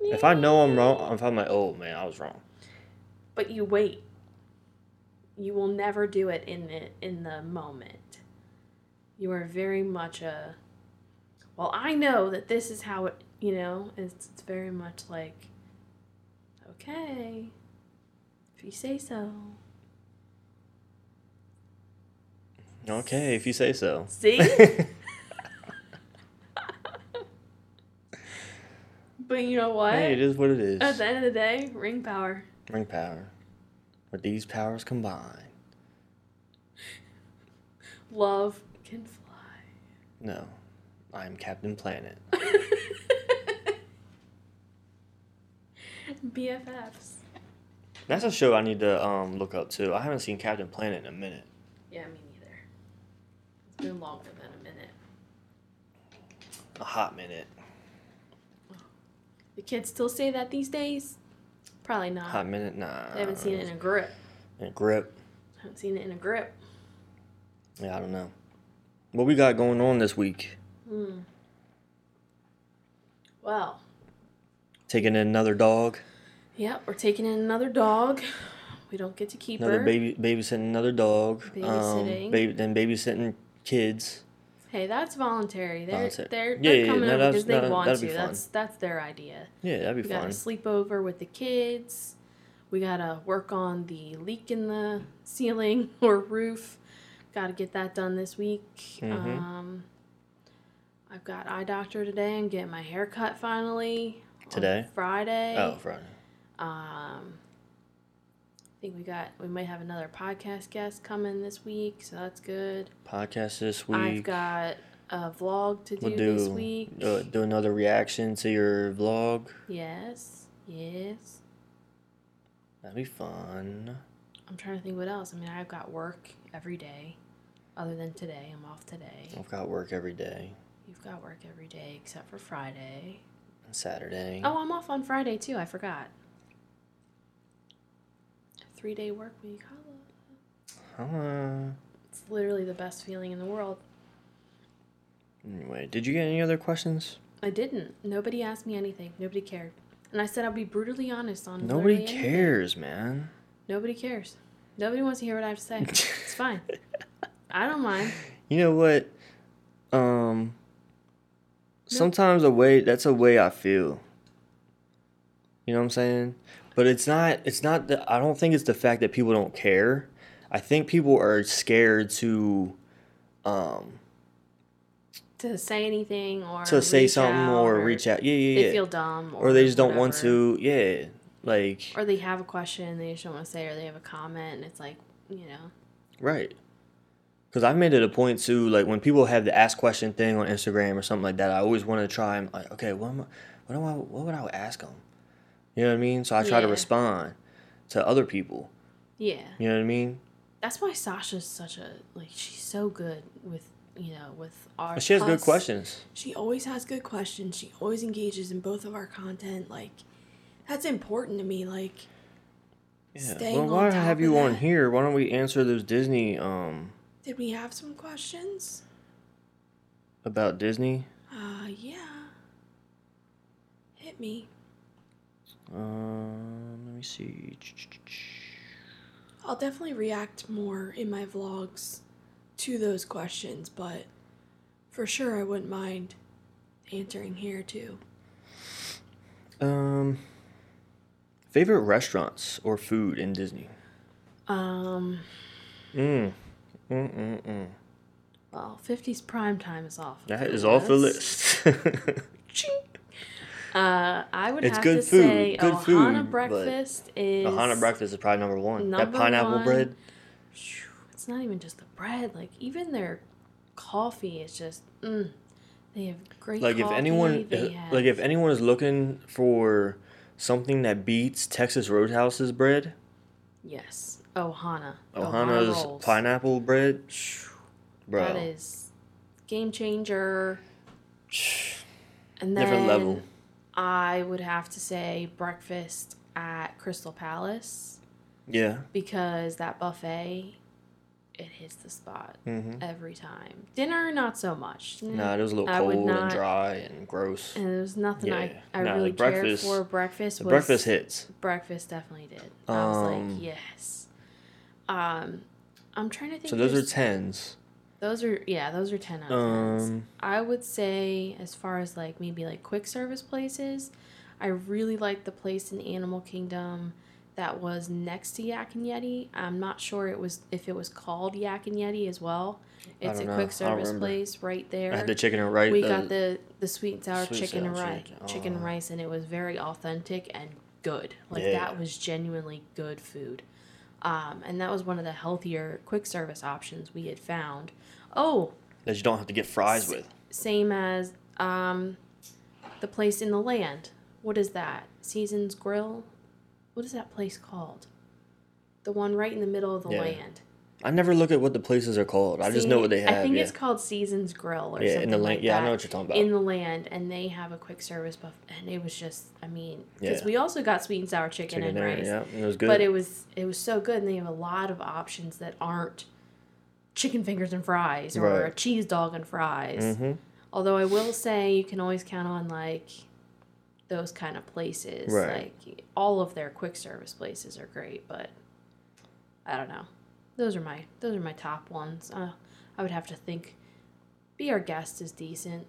Speaker 1: If I know I'm wrong, if I'm like, oh man, I was wrong.
Speaker 4: but you wait. You will never do it in the in the moment. You are very much a well, I know that this is how it you know, it's it's very much like okay. If you say so.
Speaker 1: Okay, if you say so.
Speaker 4: See? but you know what?
Speaker 1: Hey, it is what it is.
Speaker 4: At the end of the day, ring power.
Speaker 1: Ring power. With these powers combined.
Speaker 4: Love can fly.
Speaker 1: No. I'm Captain Planet.
Speaker 4: BFFs.
Speaker 1: That's a show I need to um, look up too. I haven't seen Captain Planet in a minute.
Speaker 4: Yeah, me neither. It's been longer than a minute.
Speaker 1: A hot minute.
Speaker 4: The kids still say that these days? Probably not.
Speaker 1: Hot minute? Nah.
Speaker 4: I Uh, haven't seen it in a grip.
Speaker 1: In a grip.
Speaker 4: I haven't seen it in a grip.
Speaker 1: Yeah, I don't know. What we got going on this week?
Speaker 4: Hmm. Well,
Speaker 1: Taking in another dog,
Speaker 4: yep, we're taking in another dog. We don't get to keep
Speaker 1: another
Speaker 4: her.
Speaker 1: baby, babysitting another dog.
Speaker 4: Babysitting.
Speaker 1: Um, baby, then babysitting kids.
Speaker 4: Hey, that's voluntary. They're
Speaker 1: Voluntary.
Speaker 4: they're,
Speaker 1: Yeah,
Speaker 4: they're
Speaker 1: yeah,
Speaker 4: coming
Speaker 1: no,
Speaker 4: over
Speaker 1: that's-
Speaker 4: because they
Speaker 1: no,
Speaker 4: want
Speaker 1: that'd
Speaker 4: to.
Speaker 1: be fun.
Speaker 4: That's that's their idea.
Speaker 1: Yeah, that'd be
Speaker 4: We gotta
Speaker 1: fun.
Speaker 4: sleep over with the kids. We gotta work on the leak in the ceiling or roof. Gotta get that done this week.
Speaker 1: Mhm.
Speaker 4: Um, I've got eye doctor today. I'm getting my hair cut finally. on
Speaker 1: Today?
Speaker 4: Friday.
Speaker 1: Oh, Friday.
Speaker 4: Um, I think we got we might have another podcast guest coming this week, so that's good.
Speaker 1: Podcast this week.
Speaker 4: I've got a vlog to do,
Speaker 1: we'll do
Speaker 4: this week.
Speaker 1: uh, do another reaction to your vlog.
Speaker 4: Yes, yes.
Speaker 1: That'd be fun.
Speaker 4: I'm trying to think what else. I mean, I've got work every day, other than today. I'm off today.
Speaker 1: I've got work every day
Speaker 4: You've got work every day except for Friday.
Speaker 1: and Saturday.
Speaker 4: Oh, I'm off on Friday too. I forgot. Three day work week. Holla.
Speaker 1: Uh,
Speaker 4: It's literally the best feeling in the world.
Speaker 1: anyway, did you get any other questions?
Speaker 4: I didn't. Nobody asked me anything. Nobody cared. And I said I'll be brutally honest on
Speaker 1: Nobody
Speaker 4: literally anything.
Speaker 1: cares, man.
Speaker 4: Nobody cares. Nobody wants to hear what I have to say. it's fine. I don't mind.
Speaker 1: You know what? Um sometimes a way that's a way I feel. You know what I'm saying? But it's not it's not the I don't think it's the fact that people don't care. I think people are scared to um
Speaker 4: To say anything or
Speaker 1: to say
Speaker 4: Uh, reach
Speaker 1: something
Speaker 4: out
Speaker 1: or reach out. Yeah, yeah, yeah.
Speaker 4: They feel dumb.
Speaker 1: or they just don't want
Speaker 4: whatever.
Speaker 1: to. Yeah. Like
Speaker 4: Or they have a question and they just don't want to say or they have a comment and it's like, you know.
Speaker 1: Right. Because I've made it a point to like when people have the ask question thing on Instagram or something like that. I always want to try and like, okay, what am I, what do I, what would I ask them? You know what I mean? So I try to
Speaker 4: Yeah.
Speaker 1: respond to other people.
Speaker 4: Yeah.
Speaker 1: You know what I mean?
Speaker 4: That's why Sasha's such a like she's so good with you know, with our
Speaker 1: But she has good
Speaker 4: us.
Speaker 1: questions.
Speaker 3: She always has good questions. She always engages in both of our content. Like, that's important to me. Like,
Speaker 1: Yeah.
Speaker 3: Staying
Speaker 1: Well,
Speaker 3: on
Speaker 1: why
Speaker 3: top
Speaker 1: have
Speaker 3: of
Speaker 1: you on
Speaker 3: that.
Speaker 1: here? Why don't we answer those Disney um
Speaker 3: did we have some questions?
Speaker 1: about Disney?
Speaker 3: Uh, yeah. Hit me.
Speaker 1: Um, let me see.
Speaker 3: I'll definitely react more in my vlogs to those questions, but for sure I wouldn't mind answering here too.
Speaker 1: Um, favorite restaurants or food in Disney?
Speaker 4: Um
Speaker 1: Mm. Mm. Mm. Mm.
Speaker 4: well, 50s prime time is off. of
Speaker 1: That is off the
Speaker 4: list.
Speaker 1: list.
Speaker 4: Uh, I would
Speaker 1: It's
Speaker 4: have
Speaker 1: good
Speaker 4: to
Speaker 1: food,
Speaker 4: say
Speaker 1: good
Speaker 4: Ohana
Speaker 1: food, but
Speaker 4: breakfast is
Speaker 1: Ohana breakfast is probably number one. that
Speaker 4: Number
Speaker 1: pineapple
Speaker 4: one.
Speaker 1: bread.
Speaker 4: Phew, It's not even just the bread; like even their coffee is just. Mm, they have great.
Speaker 1: Like if
Speaker 4: coffee,
Speaker 1: anyone,
Speaker 4: they
Speaker 1: if-
Speaker 4: have-
Speaker 1: like if anyone is looking for something that beats Texas Roadhouse's bread,
Speaker 4: yes, Ohana.
Speaker 1: Ohana's
Speaker 4: rolls.
Speaker 1: pineapple bread, bro,
Speaker 4: That is game changer. And then
Speaker 1: different level.
Speaker 4: I would have to say breakfast at Crystal Palace.
Speaker 1: Yeah,
Speaker 4: because that buffet it hits the spot
Speaker 1: Mm-hmm.
Speaker 4: every time. Dinner, not so much.
Speaker 1: Nah, it was a little
Speaker 4: I would
Speaker 1: cold and
Speaker 4: not-
Speaker 1: dry and gross.
Speaker 4: And there was nothing
Speaker 1: Yeah.
Speaker 4: I, I
Speaker 1: Nah,
Speaker 4: really
Speaker 1: the
Speaker 4: cared
Speaker 1: breakfast-
Speaker 4: for. Breakfast
Speaker 1: The
Speaker 4: was
Speaker 1: breakfast hits.
Speaker 4: breakfast definitely did. I was
Speaker 1: Um,
Speaker 4: like, yes. Um, I'm trying to think.
Speaker 1: So those are
Speaker 4: there's-
Speaker 1: tens.
Speaker 4: those are yeah, those are ten out of tens.
Speaker 1: Um,
Speaker 4: I would say as far as like maybe like quick service places, I really liked the place in Animal Kingdom that was next to Yak and Yeti. I'm not sure it was if it was called Yak and Yeti as well.
Speaker 1: I
Speaker 4: It's a
Speaker 1: don't know. I
Speaker 4: quick
Speaker 1: don't
Speaker 4: service
Speaker 1: remember.
Speaker 4: place right there.
Speaker 1: I had the chicken and rice.
Speaker 4: we got the the sweet and sour
Speaker 1: Sweet
Speaker 4: chicken and
Speaker 1: sour
Speaker 4: rice
Speaker 1: chicken.
Speaker 4: chicken
Speaker 1: Oh.
Speaker 4: rice and it was very authentic and good. Like
Speaker 1: Yeah.
Speaker 4: that was genuinely good food. Um, and that was one of the healthier quick service options we had found. Oh,
Speaker 1: that you don't have to get fries with.
Speaker 4: same as um, the place in the land. What is that? Seasons Grill. What is that place called? The one right in the middle of the
Speaker 1: Yeah.
Speaker 4: land.
Speaker 1: I never look at what the places are called. I just know
Speaker 4: See,
Speaker 1: what they have.
Speaker 4: I think
Speaker 1: yeah.
Speaker 4: it's called Seasons Grill or
Speaker 1: Yeah, in
Speaker 4: something
Speaker 1: the land-
Speaker 4: like
Speaker 1: yeah, I
Speaker 4: that.
Speaker 1: know what you're talking about.
Speaker 4: In the land, and they have a quick service buffet, and it was just, I mean, because
Speaker 1: Yeah.
Speaker 4: we also got sweet and sour chicken,
Speaker 1: chicken
Speaker 4: and
Speaker 1: there,
Speaker 4: rice,
Speaker 1: Yeah, and it was good.
Speaker 4: but it was it was so good, and they have a lot of options that aren't chicken fingers and fries or
Speaker 1: Right.
Speaker 4: a cheese dog and fries.
Speaker 1: hmm
Speaker 4: Although I will say you can always count on like those kind of places.
Speaker 1: Right.
Speaker 4: Like all of their quick service places are great, but I don't know. Those are my those are my top ones. Uh, I would have to think. Be our guest is decent.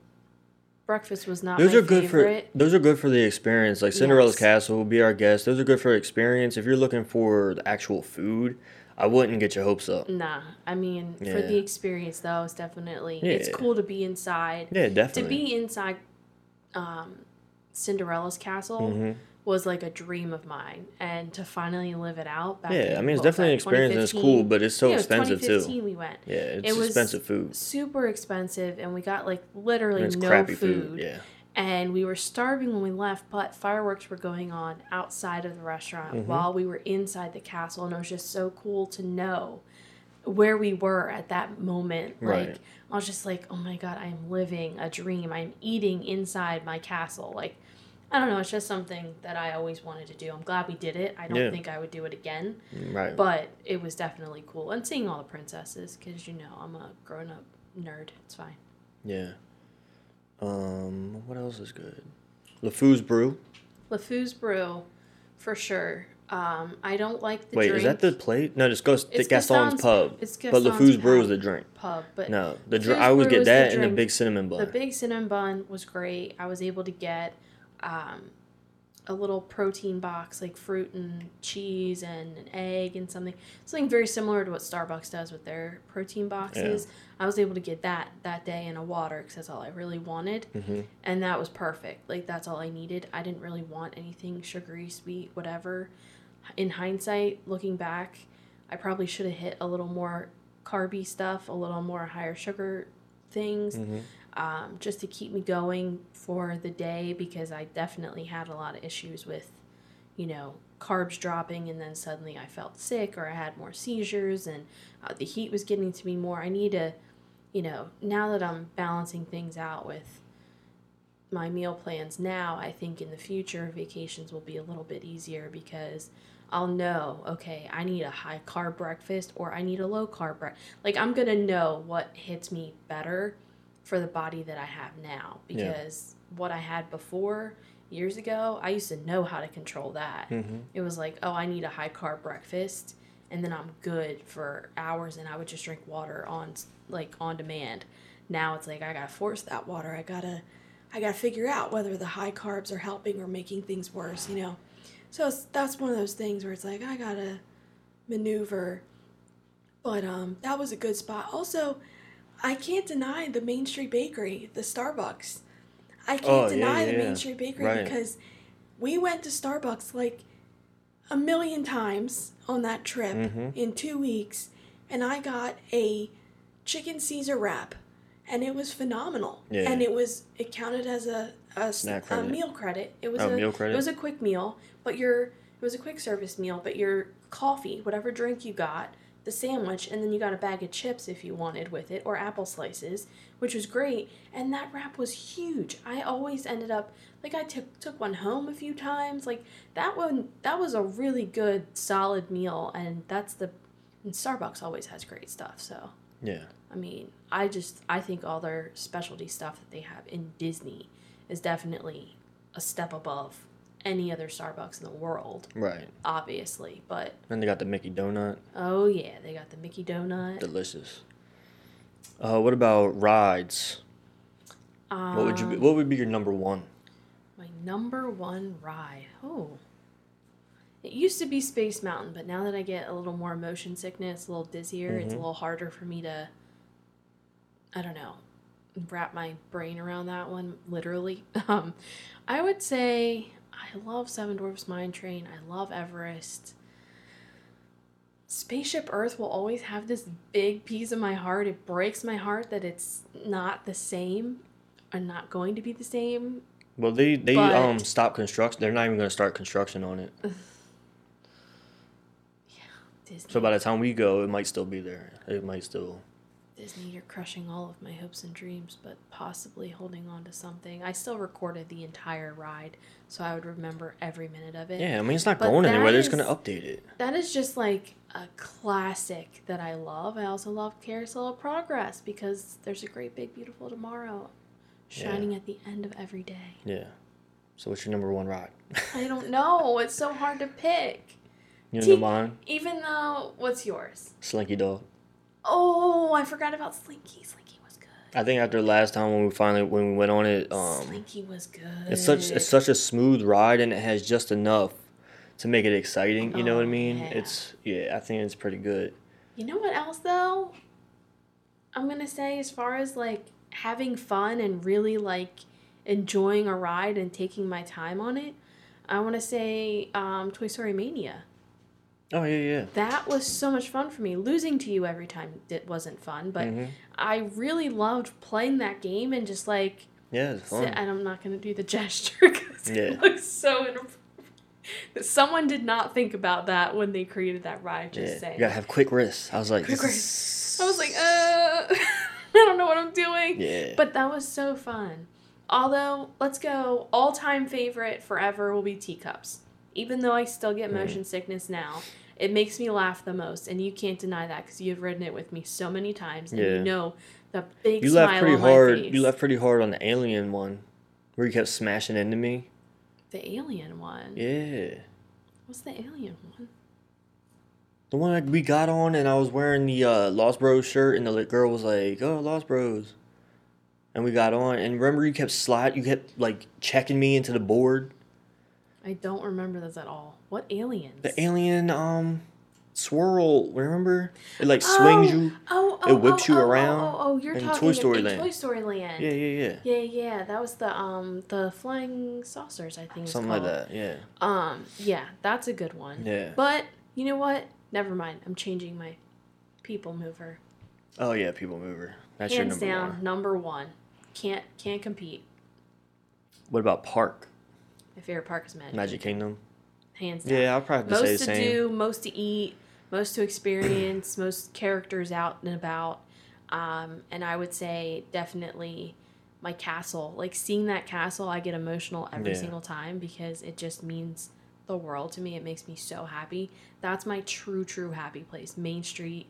Speaker 4: Breakfast was not.
Speaker 1: Those
Speaker 4: my
Speaker 1: are good
Speaker 4: favorite.
Speaker 1: for those are good for the experience. Like Cinderella's
Speaker 4: Yes.
Speaker 1: Castle, be our guest. Those are good for experience. If you're looking for the actual food, I wouldn't get your hopes up.
Speaker 4: Nah, I mean for the
Speaker 1: Yeah.
Speaker 4: experience though, it's definitely it's
Speaker 1: Yeah.
Speaker 4: cool to be inside.
Speaker 1: Yeah,
Speaker 4: To
Speaker 1: definitely.
Speaker 4: be inside, um, Cinderella's castle.
Speaker 1: Mhm.
Speaker 4: was like a dream of mine and to finally live it out back
Speaker 1: Yeah,
Speaker 4: in-
Speaker 1: I mean, it's
Speaker 4: what was
Speaker 1: definitely an
Speaker 4: that,
Speaker 1: experience and it's
Speaker 4: 2015?
Speaker 1: cool, but it's so
Speaker 4: it was
Speaker 1: expensive, too.
Speaker 4: 2015 we went
Speaker 1: Yeah, it's
Speaker 4: It was-
Speaker 1: expensive food.
Speaker 4: super expensive and we got like
Speaker 1: And
Speaker 4: literally
Speaker 1: it's
Speaker 4: no
Speaker 1: crappy
Speaker 4: food,
Speaker 1: food. Yeah,
Speaker 4: and we were starving when we left but fireworks were going on outside of the restaurant
Speaker 1: Mm-hmm.
Speaker 4: while we were inside the castle and it was just so cool to know where we were at that moment
Speaker 1: Right.
Speaker 4: like i was just like oh my god i'm living a dream i'm eating inside my castle like i don't know it's just something that i always wanted to do i'm glad we did it i don't
Speaker 1: Yeah.
Speaker 4: think i would do it again
Speaker 1: right.
Speaker 4: but it was definitely cool and seeing all the princesses because you know i'm a grown-up nerd it's fine
Speaker 1: yeah. Um, what else is good? LeFou's Brew.
Speaker 4: LeFou's Brew, for sure. Um, I don't like the
Speaker 1: Wait,
Speaker 4: drink
Speaker 1: is that the plate? No, it's Gaston's,
Speaker 4: It's
Speaker 1: Gaston's
Speaker 4: Gaston's-
Speaker 1: Pub.
Speaker 4: it's
Speaker 1: but LeFou's
Speaker 4: Gaston's
Speaker 1: Brew is
Speaker 4: Pub.
Speaker 1: the drink.
Speaker 4: pub, but
Speaker 1: No, the dr-
Speaker 4: LeFou's
Speaker 1: I always
Speaker 4: Brew
Speaker 1: get
Speaker 4: is the
Speaker 1: that and the
Speaker 4: drink.
Speaker 1: big cinnamon bun.
Speaker 4: the big cinnamon bun was great. I was able to get um, a little protein box, like fruit and cheese and an egg and something, something very similar to what Starbucks does with their protein boxes. I was able to get that that day and a water because that's all I really wanted,
Speaker 1: Mhm.
Speaker 4: and that was perfect. Like that's all I needed. I didn't really want anything sugary, sweet, whatever. In hindsight, looking back, I probably should have hit a little more carby stuff, a little more higher sugar things
Speaker 1: Mhm.
Speaker 4: um, just to keep me going for the day because I definitely had a lot of issues with, you know, carbs dropping and then suddenly I felt sick or I had more seizures and uh, the heat was getting to me more. I need to, you know, now that I'm balancing things out with my meal plans now, I think in the future vacations will be a little bit easier because I'll know, okay, I need a high carb breakfast or I need a low carb breakfast. Like I'm going to know what hits me better for the body that I have now
Speaker 1: Yeah.
Speaker 4: because what I had before years ago, I used to know how to control that.
Speaker 1: Mhm.
Speaker 4: It was like, oh, I need a high carb breakfast and then I'm good for hours and I would just drink water on like on demand. Now it's like I got to force that water.
Speaker 3: water. I gotta, I gotta figure out whether the high carbs are helping or making things worse. You know, so it's, that's one of those things where it's like I gotta maneuver. But um, that was a good spot. Also, I can't deny the Main Street Bakery, the Starbucks. I can't
Speaker 1: Oh, yeah,
Speaker 3: deny
Speaker 1: yeah,
Speaker 3: the
Speaker 1: yeah.
Speaker 3: Main Street Bakery
Speaker 1: Right.
Speaker 3: because we went to Starbucks like a million times on that trip
Speaker 1: Mhm.
Speaker 3: in two weeks, and I got a chicken Caesar wrap, and it was phenomenal.
Speaker 1: Yeah.
Speaker 3: And it was it counted as a a, s-
Speaker 1: Snack
Speaker 3: a
Speaker 1: credit.
Speaker 3: meal credit. It was
Speaker 1: Oh,
Speaker 3: a
Speaker 1: meal credit.
Speaker 4: It was a quick meal, but your it was a quick service meal, but your coffee, whatever drink you got, the sandwich, and then you got a bag of chips if you wanted with it, or apple slices, which was great. And that wrap was huge. I always ended up like I took took one home a few times. Like that one that was a really good solid meal and that's the And Starbucks always has great stuff. So,
Speaker 1: Yeah.
Speaker 4: I mean, I just I think all their specialty stuff that they have in Disney is definitely a step above any other Starbucks in the world,
Speaker 1: Right.
Speaker 4: obviously. But
Speaker 1: And they got the Mickey donut.
Speaker 4: oh yeah, they got the Mickey donut.
Speaker 1: Delicious. Uh, what about rides?
Speaker 4: um,
Speaker 1: What would you? Be, what would be your number one?
Speaker 4: My number one ride. Oh. It used to be Space Mountain, but now that I get a little more motion sickness, a little dizzier, it's a little harder for me to, I don't know, wrap my brain around that one, literally. Um, I would say I love Seven Dwarfs Mine Train. I love Everest. Spaceship Earth will always have this big piece of my heart. It breaks my heart that it's not the same and not going to be the same
Speaker 1: Well, they they
Speaker 4: But-
Speaker 1: um stop construction. They're not even going to start construction on it.
Speaker 4: Disney,
Speaker 1: So by the time we go, it might still be there. It might still.
Speaker 4: Disney, you're crushing all of my hopes and dreams, but possibly holding on to something. I still recorded the entire ride, so I would remember every minute of it.
Speaker 1: Yeah, I mean it's not
Speaker 4: But
Speaker 1: going
Speaker 4: that
Speaker 1: anywhere. They're just
Speaker 4: is-
Speaker 1: going to update it.
Speaker 4: That is just like a classic that I love. I also love Carousel of Progress because there's a great big beautiful tomorrow shining at the end of every day.
Speaker 1: Yeah. So what's your number one ride?
Speaker 4: I don't know. It's so hard to pick.
Speaker 1: you know
Speaker 4: T-
Speaker 1: mine,
Speaker 4: Even though, what's yours?
Speaker 1: Slinky Dog.
Speaker 4: Oh, I forgot about Slinky. Slinky was good.
Speaker 1: I think after last time when we finally when we went on it, um,
Speaker 4: Slinky was good.
Speaker 1: it's such it's such a smooth ride and it has just enough to make it exciting. You know what I
Speaker 4: Oh,
Speaker 1: mean?
Speaker 4: yeah.
Speaker 1: It's yeah, I think it's pretty good.
Speaker 4: You know what else though? I'm gonna say as far as like having fun and really like enjoying a ride and taking my time on it, I want to say um, Toy Story Mania.
Speaker 1: Oh yeah, yeah.
Speaker 4: That was so much fun for me. Losing to you every time it wasn't fun, but
Speaker 1: Mhm.
Speaker 4: I really loved playing that game and just like.
Speaker 1: Yeah, it's
Speaker 4: Sit,
Speaker 1: fun.
Speaker 4: and I'm not gonna do the gesture because
Speaker 1: Yeah.
Speaker 4: it looks so inappropriate. Someone did not think about that when they created that ride. Just
Speaker 1: yeah.
Speaker 4: saying.
Speaker 1: You gotta have quick wrists. I was like,
Speaker 4: Quick
Speaker 1: wrists.
Speaker 4: I was like, uh, I don't know what I'm doing.
Speaker 1: Yeah.
Speaker 4: But that was so fun. Although, let's go. All time favorite forever will be teacups. Even though I still
Speaker 1: Mm.
Speaker 4: get motion sickness now, it makes me laugh the most. And you can't deny that because you've ridden it with me so many times. And
Speaker 1: Yeah.
Speaker 4: you know the big
Speaker 1: you
Speaker 4: smile
Speaker 1: left pretty
Speaker 4: on my
Speaker 1: hard.
Speaker 4: face.
Speaker 1: You left pretty hard on the alien one, where you kept smashing into me.
Speaker 4: the alien one.
Speaker 1: Yeah.
Speaker 4: What's the alien one?
Speaker 1: The one that we got on, and I was wearing the uh, Lost Bros shirt, and the lit girl was like, "Oh, Lost Bros," and we got on. And remember, you kept slide, you kept like checking me into the board.
Speaker 4: I don't remember those at all. What aliens?
Speaker 1: The alien um swirl, remember? It like swings
Speaker 4: Oh,
Speaker 1: you.
Speaker 4: Oh, oh,
Speaker 1: It whips
Speaker 4: oh,
Speaker 1: you
Speaker 4: oh,
Speaker 1: around
Speaker 4: Oh, oh, oh, you're
Speaker 1: in
Speaker 4: talking
Speaker 1: Toy Story
Speaker 4: in
Speaker 1: Land.
Speaker 4: Toy Story Land.
Speaker 1: Yeah, yeah, yeah.
Speaker 4: Yeah, yeah, that was the um the flying saucers, I think. it's
Speaker 1: Something like
Speaker 4: called.
Speaker 1: that. Yeah.
Speaker 4: Um, yeah, that's a good one.
Speaker 1: Yeah.
Speaker 4: But you know what? Never mind. I'm changing my people mover.
Speaker 1: Oh yeah, people mover. That's your
Speaker 4: Hands
Speaker 1: number
Speaker 4: down,
Speaker 1: one.
Speaker 4: number one. Can't can't compete.
Speaker 1: What about park?
Speaker 4: My favorite park is Magic.
Speaker 1: Magic Kingdom.
Speaker 4: Hands down.
Speaker 1: Yeah, I'll probably
Speaker 4: most
Speaker 1: say
Speaker 4: to
Speaker 1: the same.
Speaker 4: do, most to eat, most to experience, most characters out and about. Um, and I would say definitely my castle. Like seeing that castle, I get emotional every
Speaker 1: Yeah.
Speaker 4: single time because it just means the world to me. It makes me so happy. That's my true, true happy place. Main Street,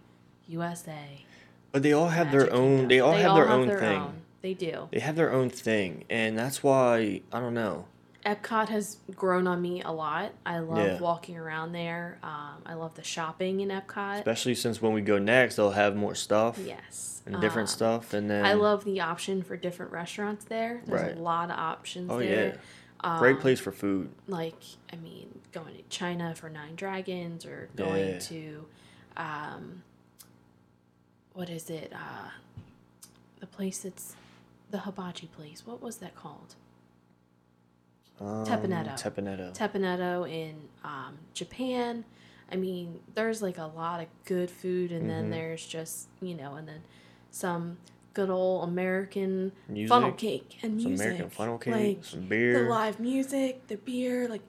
Speaker 4: USA.
Speaker 1: But they all have their
Speaker 4: Magic Kingdom.
Speaker 1: own. They all have their own thing.
Speaker 4: They do.
Speaker 1: They have their own thing, and that's why I don't know.
Speaker 4: Epcot has grown on me a lot. I love
Speaker 1: Yeah.
Speaker 4: walking around there. Um, I love the shopping in Epcot.
Speaker 1: Especially since when we go next, they'll have more stuff
Speaker 4: Yes.
Speaker 1: and different
Speaker 4: Um,
Speaker 1: stuff, and then
Speaker 4: I love the option for different restaurants there. There's
Speaker 1: Right.
Speaker 4: a lot of options
Speaker 1: Oh
Speaker 4: there.
Speaker 1: yeah, great place for food.
Speaker 4: Like, I mean, going to China for Nine Dragons or going
Speaker 1: Yeah.
Speaker 4: to, um, what is it? Uh, the place that's the hibachi place. What was that called?
Speaker 1: Um,
Speaker 4: Tepanetto.
Speaker 1: Tepanetto.
Speaker 4: Teppanyaki in um, Japan. I mean, there's like a lot of good food, and
Speaker 1: Mm-hmm.
Speaker 4: then there's just you know, and then some good old American
Speaker 1: Music.
Speaker 4: funnel
Speaker 3: Cake and
Speaker 1: Some
Speaker 3: music.
Speaker 1: American funnel cake,
Speaker 3: Like,
Speaker 1: some
Speaker 3: the
Speaker 1: beer.
Speaker 3: live music, the beer, like,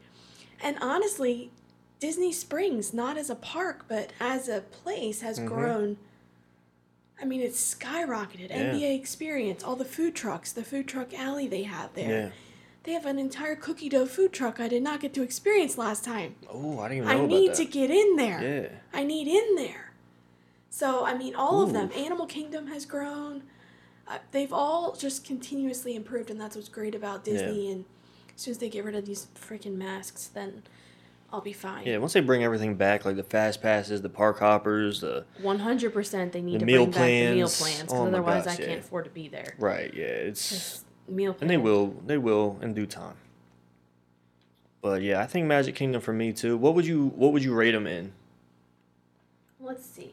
Speaker 3: and honestly, Disney Springs, not as a park, but as a place, has
Speaker 1: Mm-hmm.
Speaker 3: grown. I mean, it's skyrocketed.
Speaker 1: Yeah.
Speaker 3: NBA experience, all the food trucks, the food truck alley they have there.
Speaker 1: yeah.
Speaker 3: They have an entire cookie dough food truck I did not get to experience last time.
Speaker 1: Oh, I didn't even know
Speaker 3: I
Speaker 1: about
Speaker 3: need
Speaker 1: that.
Speaker 3: to get in there.
Speaker 1: yeah.
Speaker 3: I need in there. So, I mean, all of them.
Speaker 1: Ooh.
Speaker 3: Animal Kingdom has grown. Uh, they've all just continuously improved, and that's what's great about Disney. And as soon as they get rid of these freaking masks, then I'll be fine.
Speaker 1: Yeah, once they bring everything back, like the fast passes, the park hoppers, the
Speaker 4: One hundred percent, they need
Speaker 1: The
Speaker 4: to
Speaker 1: meal
Speaker 4: bring back the meal
Speaker 1: plans.
Speaker 4: plans because
Speaker 1: Oh my
Speaker 4: otherwise,
Speaker 1: gosh,
Speaker 4: I
Speaker 1: yeah.
Speaker 4: can't afford to be there.
Speaker 1: right, yeah, it's
Speaker 4: Meal plan.
Speaker 1: and they will, they will in due time. But yeah, I think Magic Kingdom for me too. What would you, what would you rate them in?
Speaker 4: Let's see.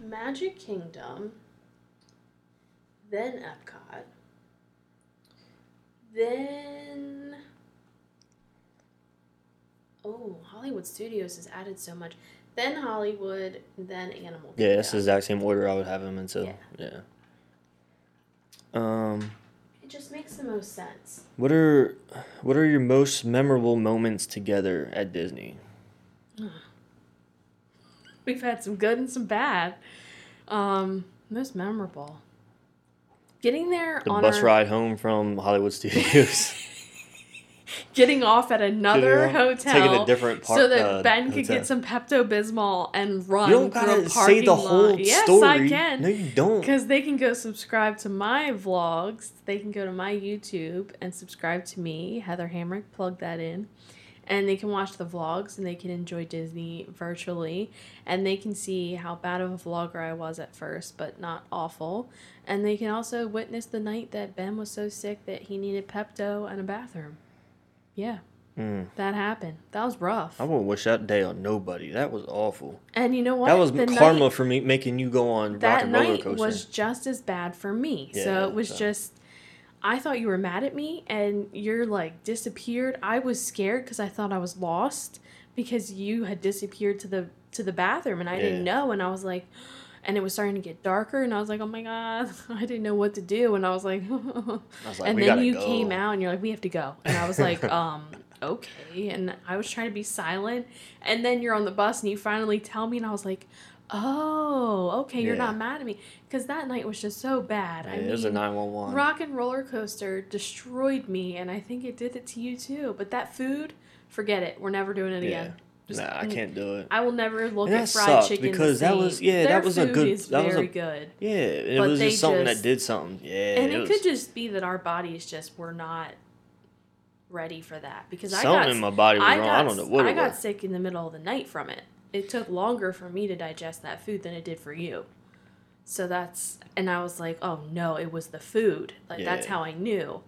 Speaker 4: Magic Kingdom, then Epcot, then.
Speaker 5: Oh, Hollywood Studios has added so much. Then Hollywood, then Animal
Speaker 1: Yeah, that's the
Speaker 5: Kingdom.
Speaker 1: exact same order I would have them into.
Speaker 5: Yeah.
Speaker 1: yeah. Um.
Speaker 5: It just makes the most sense.
Speaker 1: What are what are your most memorable moments together at Disney?
Speaker 4: We've had some good and some bad. Um, most memorable. Getting there
Speaker 1: The
Speaker 4: on
Speaker 1: bus
Speaker 4: our,
Speaker 1: ride home from Hollywood Studios.
Speaker 4: getting off at another
Speaker 1: Getting off-
Speaker 4: hotel,
Speaker 1: taking a different par-
Speaker 4: so that
Speaker 1: uh,
Speaker 4: Ben could
Speaker 1: hotel.
Speaker 4: get some Pepto Bismol and run.
Speaker 1: you don't
Speaker 4: through a
Speaker 1: gotta say
Speaker 4: parking
Speaker 1: the
Speaker 4: lot.
Speaker 1: whole
Speaker 4: yes,
Speaker 1: story.
Speaker 4: I can.
Speaker 1: No, you don't.
Speaker 4: Because they can go subscribe to my vlogs. They can go to my YouTube and subscribe to me, Heather Hamrick. Plug that in. And they can watch the vlogs and they can enjoy Disney virtually. And they can see how bad of a vlogger I was at first, but not awful. And they can also witness the night that Ben was so sick that he needed Pepto and a bathroom. Yeah. That happened. That was rough.
Speaker 1: Hmm. I won't wish that day on nobody. That was awful.
Speaker 4: And you know what?
Speaker 1: That was
Speaker 4: The
Speaker 1: karma
Speaker 4: night-
Speaker 1: for me making you go on rock
Speaker 4: that
Speaker 1: and roller
Speaker 4: night
Speaker 1: coaster.
Speaker 4: was just as bad for me.
Speaker 1: Yeah,
Speaker 4: so it was
Speaker 1: so-
Speaker 4: just, I thought you were mad at me and you're like disappeared. I was scared because I thought I was lost because you had disappeared to the to the bathroom and I didn't
Speaker 1: Yeah.
Speaker 4: know and I was like, and it was starting to get darker and I was like, oh my god, I didn't know what to do and I was like,
Speaker 1: I was like,
Speaker 4: and
Speaker 1: "We
Speaker 4: then
Speaker 1: gotta
Speaker 4: you
Speaker 1: go."
Speaker 4: came out and you're like, we have to go and I was like, um. Okay, and I was trying to be silent, and then you're on the bus and you finally tell me, and I was like, "Oh, okay, you're
Speaker 1: Yeah.
Speaker 4: not mad at me because that night was just so bad.
Speaker 1: Yeah,
Speaker 4: I
Speaker 1: it was a
Speaker 4: mean,
Speaker 1: nine one one.
Speaker 4: Rock and Roller Coaster destroyed me, and I think it did it to you too. But that food, forget it. We're never doing it
Speaker 1: Yeah.
Speaker 4: again. Just-
Speaker 1: nah, I can't do it.
Speaker 4: I will never look
Speaker 1: And
Speaker 4: at
Speaker 1: that
Speaker 4: fried
Speaker 1: sucked
Speaker 4: chicken the
Speaker 1: because that
Speaker 4: same.
Speaker 1: was- yeah,
Speaker 4: Their
Speaker 1: that was a
Speaker 4: food
Speaker 1: good-
Speaker 4: Is
Speaker 1: that was a-
Speaker 4: very good,
Speaker 1: Yeah, and it
Speaker 4: But
Speaker 1: was
Speaker 4: they
Speaker 1: just something
Speaker 4: just-
Speaker 1: that did something. Yeah,
Speaker 4: and it,
Speaker 1: was
Speaker 4: could just be that our bodies just were not ready for that because I
Speaker 1: something
Speaker 4: got
Speaker 1: in my body was
Speaker 4: I
Speaker 1: wrong.
Speaker 4: got,
Speaker 1: I don't know what
Speaker 4: I
Speaker 1: it
Speaker 4: got
Speaker 1: was.
Speaker 4: sick in the middle of the night from it. It took longer for me to digest that food than it did for you. So that's and I was like, oh no, it was the food. Like that's
Speaker 1: Yeah.
Speaker 4: how I knew.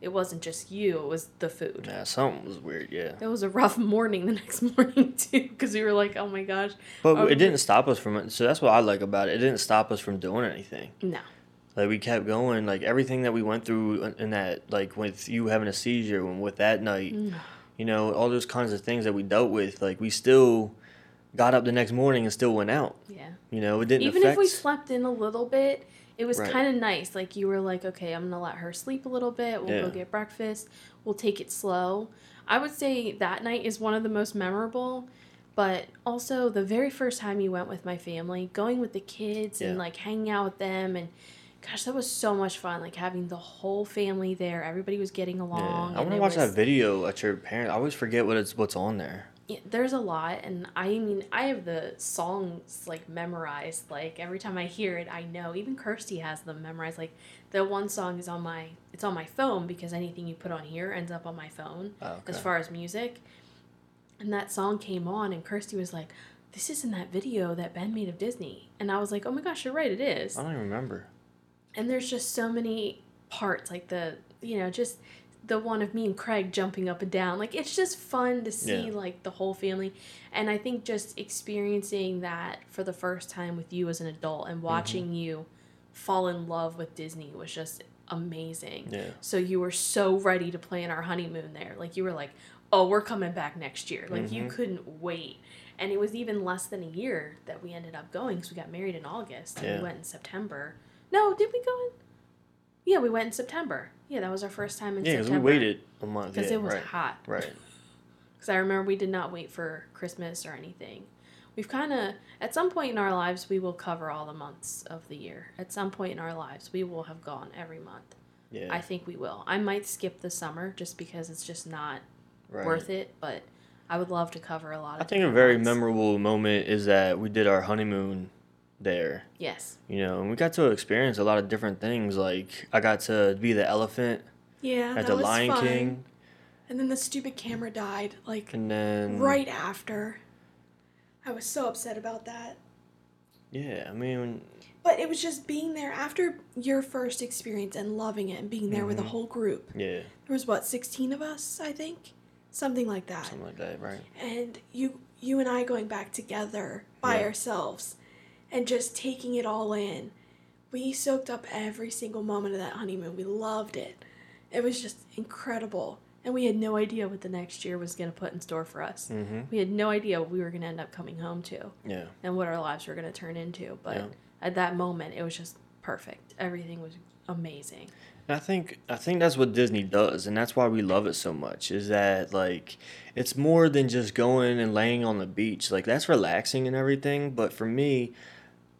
Speaker 4: It wasn't just you. It was the food.
Speaker 1: Nah, something was weird. Yeah.
Speaker 4: It was a rough morning the next morning too because we were like, oh my gosh,
Speaker 1: But
Speaker 4: Oh,
Speaker 1: it didn't stop us from it. So that's what I like about it. It didn't stop us from doing anything.
Speaker 4: no.
Speaker 1: Like we kept going. Like everything that we went through in- in that, like with you having a seizure and with that night,
Speaker 4: Mm.
Speaker 1: you know, all those kinds of things that we dealt with. Like we still got up the next morning and still went out.
Speaker 4: Yeah.
Speaker 1: You know, it didn't
Speaker 4: Even
Speaker 1: affect.
Speaker 4: if we slept in a little bit, it was
Speaker 1: Right.
Speaker 4: kind of nice. Like you were like, okay, I'm gonna let her sleep a little bit. We'll
Speaker 1: Yeah.
Speaker 4: go get breakfast. We'll take it slow. I would say that night is one of the most memorable, but also the very first time you went with my family, going with the kids and
Speaker 1: Yeah.
Speaker 4: like hanging out with them and. Gosh, that was so much fun! Like having the whole family there. Everybody was getting
Speaker 1: yeah.
Speaker 4: along.
Speaker 1: I
Speaker 4: and
Speaker 1: want to
Speaker 4: it
Speaker 1: watch
Speaker 4: was-
Speaker 1: that video at your parents. I always forget what it's what's on there.
Speaker 4: yeah, there's a lot and i mean i have the songs like memorized like every time i hear it i know even kirsty has them memorized like the one song is on my it's on my phone because anything you put on here ends up on my phone
Speaker 1: Oh, okay.
Speaker 4: as far as music and that song came on and kirsty was like this is in that video that ben made of disney and i was like oh my gosh you're right it is
Speaker 1: I don't even remember.
Speaker 4: and there's just so many parts like the you know just the one of me and Craig jumping up and down like it's just fun to see
Speaker 1: Yeah.
Speaker 4: like the whole family and I think just experiencing that for the first time with you as an adult
Speaker 1: Mm-hmm.
Speaker 4: and watching you fall in love with Disney was just amazing.
Speaker 1: Yeah.
Speaker 4: So you were so ready to plan our honeymoon there. Like you were like, "Oh, we're coming back next year." Like you
Speaker 1: Mm-hmm.
Speaker 4: couldn't wait. And it was even less than a year that we ended up going cuz we got married in August and
Speaker 1: Yeah.
Speaker 4: we went in September. No, did we go in? Yeah, we went in September. Yeah, that was our first time in
Speaker 1: Yeah, because we
Speaker 4: September.
Speaker 1: waited a month.
Speaker 4: Because
Speaker 1: yeah,
Speaker 4: it was
Speaker 1: right.
Speaker 4: hot.
Speaker 1: Right.
Speaker 4: Because I remember we did not wait for Christmas or anything. We've kind of, at some point in our lives, we will cover all the months of the year. At some point in our lives, we will have gone every month.
Speaker 1: Yeah.
Speaker 4: I think we will. I might skip the summer just because it's just not
Speaker 1: right.
Speaker 4: worth it, but I would love to cover a lot
Speaker 1: I
Speaker 4: of
Speaker 1: think a
Speaker 4: different
Speaker 1: very
Speaker 4: months.
Speaker 1: memorable moment is that we did our honeymoon there.
Speaker 5: Yes.
Speaker 1: You know, and we got to experience a lot of different things. Like I got to be the elephant
Speaker 3: Yeah,
Speaker 4: Oh,
Speaker 1: at
Speaker 3: that
Speaker 1: the
Speaker 3: was
Speaker 1: Lion
Speaker 3: fun.
Speaker 1: King,
Speaker 3: And then the stupid camera died, like
Speaker 1: and then
Speaker 3: right after. I was so upset about that.
Speaker 1: Yeah, I mean,
Speaker 3: But it was just being there after your first experience and loving it and being there
Speaker 1: Mm-hmm.
Speaker 3: with a whole group.
Speaker 1: yeah,
Speaker 3: There was what, 16 of us, I think? Something like that.
Speaker 1: something like that, right?
Speaker 3: and you you and I going back together by
Speaker 1: Yeah.
Speaker 3: ourselves and just taking it all in. We soaked up every single moment of that honeymoon. We loved it. It was just incredible.
Speaker 4: And we had no idea what the next year was going to put in store for us.
Speaker 1: Mm-hmm.
Speaker 4: We had no idea what we were going to end up coming home to
Speaker 1: Yeah,
Speaker 4: and what our lives were going to turn into. But
Speaker 1: Yeah.
Speaker 4: at that moment, it was just perfect. Everything was amazing.
Speaker 1: and I think I think that's what Disney does, and that's why we love it so much. Is that like it's more than just going and laying on the beach. Like that's relaxing and everything, but for me,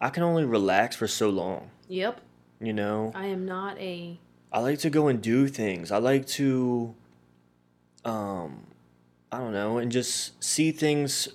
Speaker 1: I can only relax for so long.
Speaker 4: Yep.
Speaker 1: You know,
Speaker 4: I am not a.
Speaker 1: I like to go and do things. I like to, um, I don't know, and just see things,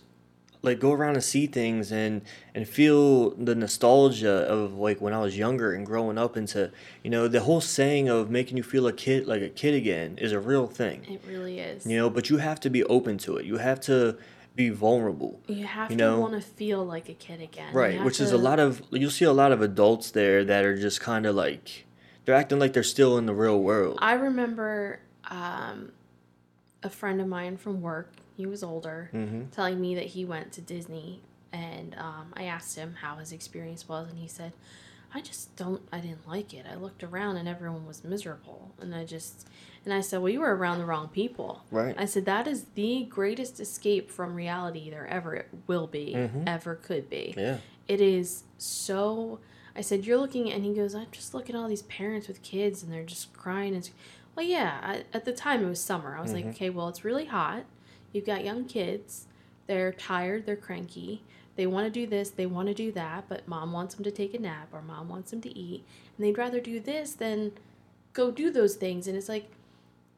Speaker 1: like go around and see things and and feel the nostalgia of like when I was younger and growing up into, you know, the whole saying of making you feel a kid like a kid again is a real thing.
Speaker 4: It really is.
Speaker 1: You know, but you have to be open to it. You have to be vulnerable.
Speaker 4: You have
Speaker 1: You
Speaker 4: to
Speaker 1: know-
Speaker 4: want to feel like a kid again. You
Speaker 1: Right,
Speaker 4: have
Speaker 1: which is a
Speaker 4: to-
Speaker 1: lot of you'll see a lot of adults there that are just kind of like they're acting like they're still in the real world.
Speaker 4: I remember um, a friend of mine from work, he was older, telling me that he went to Disney. And um, I asked him how his experience was, and he said, I just don't, I didn't like it. I looked around and everyone was miserable. And I just, and I said, Well, you were around the wrong people.
Speaker 1: Right.
Speaker 4: I said, That is the greatest escape from reality there ever will be, ever could be
Speaker 1: yeah.
Speaker 4: it is so i said you're looking and he goes i'm just looking at all these parents with kids and they're just crying and well yeah I, at the time it was summer i was like okay well it's really hot you've got young kids they're tired they're cranky they want to do this they want to do that but mom wants them to take a nap or mom wants them to eat and they'd rather do this than go do those things and it's like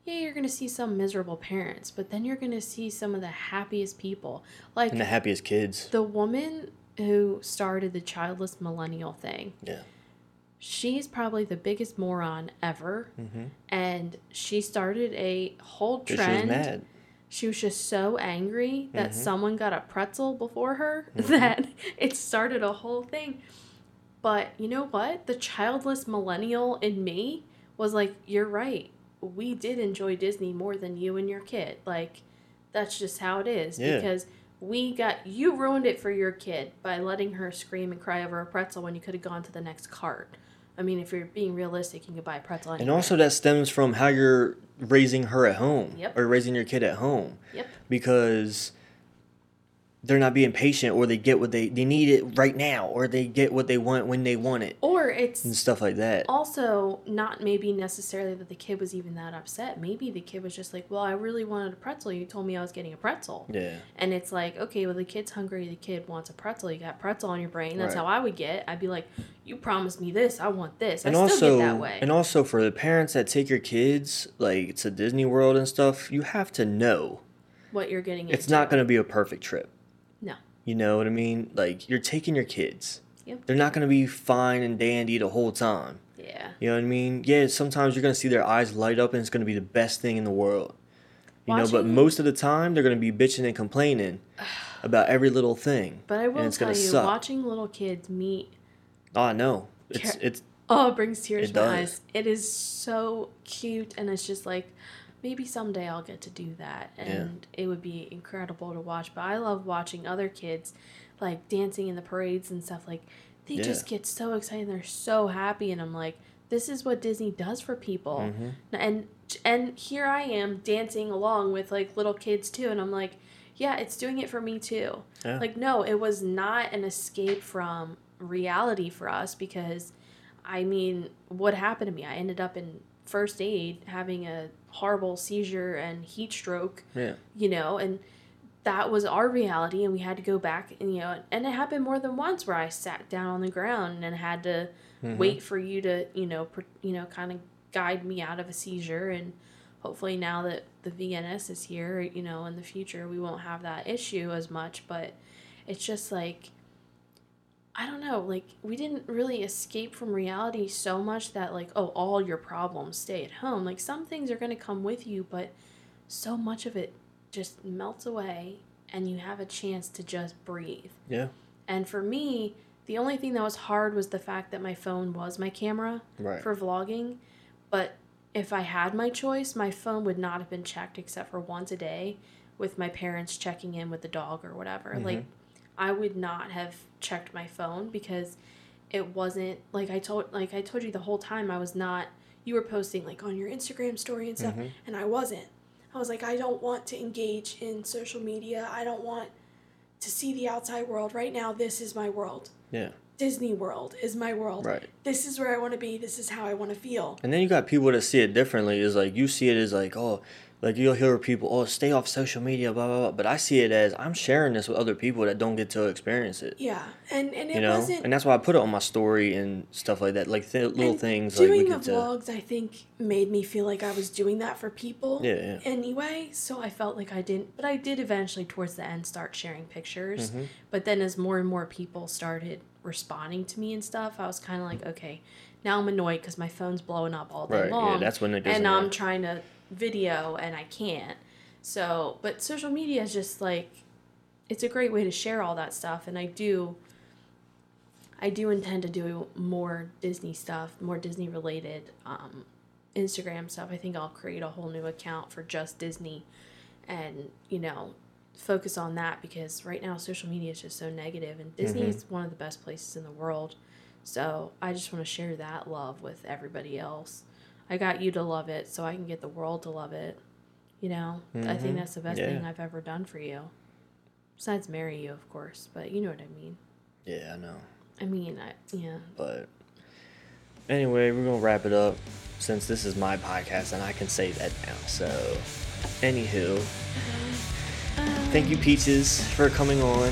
Speaker 4: yeah you're gonna see some miserable parents but then you're gonna see some of the happiest people like
Speaker 1: And the happiest kids.
Speaker 4: the woman who started the childless millennial thing,
Speaker 1: Yeah.
Speaker 4: she's probably the biggest moron ever. And she started a whole
Speaker 1: Because Mm-hmm. she was
Speaker 4: trend.
Speaker 1: mad.
Speaker 4: She was just so angry that
Speaker 1: Mm-hmm.
Speaker 4: someone got a pretzel before her that it started a whole thing. But you know what? The childless millennial in me was like, You're right. We did enjoy Disney more than you and your kid. Like, that's just how it is.
Speaker 1: Yeah.
Speaker 4: Because we got, you ruined it for your kid by letting her scream and cry over a pretzel when you could have gone to the next cart. I mean, if you're being realistic, you can buy a pretzel.
Speaker 1: And
Speaker 4: anywhere.
Speaker 1: also that stems from how you're raising her at home
Speaker 4: Yep.
Speaker 1: or raising your kid at home
Speaker 4: yep.
Speaker 1: because they're not being patient or they get what they they need it right now or they get what they want when they want it
Speaker 4: Or it's
Speaker 1: and stuff like that.
Speaker 4: also not maybe necessarily that the kid was even that upset. Maybe the kid was just like, "Well, I really wanted a pretzel. You told me I was getting a pretzel."
Speaker 1: Yeah.
Speaker 4: And it's like, okay, well, the kid's hungry. The kid wants a pretzel. You got pretzel on your brain. That's
Speaker 1: Right.
Speaker 4: how I would get. I'd be like, "You promised me this. I want this."
Speaker 1: And
Speaker 4: I still
Speaker 1: also,
Speaker 4: get that way.
Speaker 1: and also for the parents that take your kids like to Disney World and stuff, you have to know
Speaker 4: what you're getting
Speaker 1: it's
Speaker 4: into.
Speaker 1: not going to be a perfect trip.
Speaker 4: no.
Speaker 1: You know what I mean? Like you're taking your kids.
Speaker 4: Yep.
Speaker 1: They're not going to be fine and dandy the whole time.
Speaker 4: Yeah.
Speaker 1: You know what I mean? Yeah, sometimes you're gonna see their eyes light up and it's gonna be the best thing in the world. You know, but
Speaker 4: Watching-
Speaker 1: most of the time they're gonna be bitching and complaining about every little thing.
Speaker 4: But I will
Speaker 1: and it's
Speaker 4: tell
Speaker 1: gonna
Speaker 4: you,
Speaker 1: suck.
Speaker 4: watching little kids meet
Speaker 1: oh, I know. It's
Speaker 4: Car-
Speaker 1: it's
Speaker 4: Oh, it brings tears
Speaker 1: It
Speaker 4: to my
Speaker 1: does.
Speaker 4: eyes. It is so cute, and it's just like maybe someday I'll get to do that, and it would be incredible to watch. But I love watching other kids like dancing in the parades and stuff. Like they
Speaker 1: Yeah.
Speaker 4: just get so excited, they're so happy, and I'm like, this is what Disney does for people.
Speaker 1: Mm-hmm.
Speaker 4: And and here I am dancing along with like little kids too, and I'm like, yeah, it's doing it for me too.
Speaker 1: Yeah.
Speaker 4: Like no, it was not an escape from reality for us because I mean, what happened to me? I ended up in first aid having a horrible seizure and heat stroke,
Speaker 1: yeah.
Speaker 4: you know, and that was our reality. And we had to go back, and, you know, and it happened more than once where I sat down on the ground and had to
Speaker 1: Mm-hmm.
Speaker 4: wait for you to, you know, pr- you know, kind of guide me out of a seizure. And hopefully now that the VNS is here, you know, in the future, we won't have that issue as much. But it's just like I don't know, like we didn't really escape from reality so much that like oh all your problems stay at home. Like some things are going to come with you, but so much of it just melts away and you have a chance to just breathe.
Speaker 1: Yeah.
Speaker 4: And for me, the only thing that was hard was the fact that my phone was my camera
Speaker 1: Right.
Speaker 4: for vlogging. But if I had my choice, my phone would not have been checked except for once a day with my parents checking in with the dog or whatever. Like, I would not have checked my phone because it wasn't like I told like I told you the whole time I was not you were posting like on your Instagram story and
Speaker 1: Mm-hmm.
Speaker 4: stuff
Speaker 3: and I wasn't. I was like, I don't want to engage in social media. I don't want to see the outside world. Right now, this is my world.
Speaker 1: Yeah.
Speaker 3: Disney World is my world.
Speaker 1: Right.
Speaker 3: This is where I want to be. This is how I want to feel.
Speaker 1: And then you got people that see it differently. Is like you see it as like oh, like you'll hear people oh stay off social media blah blah blah. But I see it as I'm sharing this with other people that don't get to experience it.
Speaker 3: Yeah. And and it
Speaker 1: You know,
Speaker 3: wasn't
Speaker 1: and that's why I put it on my story and stuff like that, like th- little
Speaker 3: and
Speaker 1: things like we
Speaker 3: Doing
Speaker 1: get
Speaker 3: the
Speaker 1: to.
Speaker 3: vlogs, I think, made me feel like I was doing that for people.
Speaker 1: Yeah, yeah.
Speaker 3: Anyway,
Speaker 4: so I felt like I didn't, but I did eventually towards the end start sharing pictures. But then as more and more people started responding to me and stuff, I was kind of like, okay, now I'm annoyed because my phone's blowing up all day
Speaker 1: Right, yeah,
Speaker 4: long.
Speaker 1: that's when it gets
Speaker 4: And I'm
Speaker 1: annoying.
Speaker 4: trying to video and I can't. So, but social media is just like, it's a great way to share all that stuff. And I do, I do intend to do more Disney stuff, more Disney related um, Instagram stuff. I think I'll create a whole new account for just Disney and, you know, focus on that because right now social media is just so negative and Disney is one of the best places in the world. So I just want to share that love with everybody else. I got you to love it so I can get the world to love it. You know, I think that's the best
Speaker 1: Yeah.
Speaker 4: thing I've ever done for you. Besides marry you, of course, but you know what I mean.
Speaker 1: Yeah, I know.
Speaker 4: I mean, I, yeah,
Speaker 1: But anyway, we're gonna wrap it up since this is my podcast and I can say that now. So, anywho, thank you, Peaches, for coming on.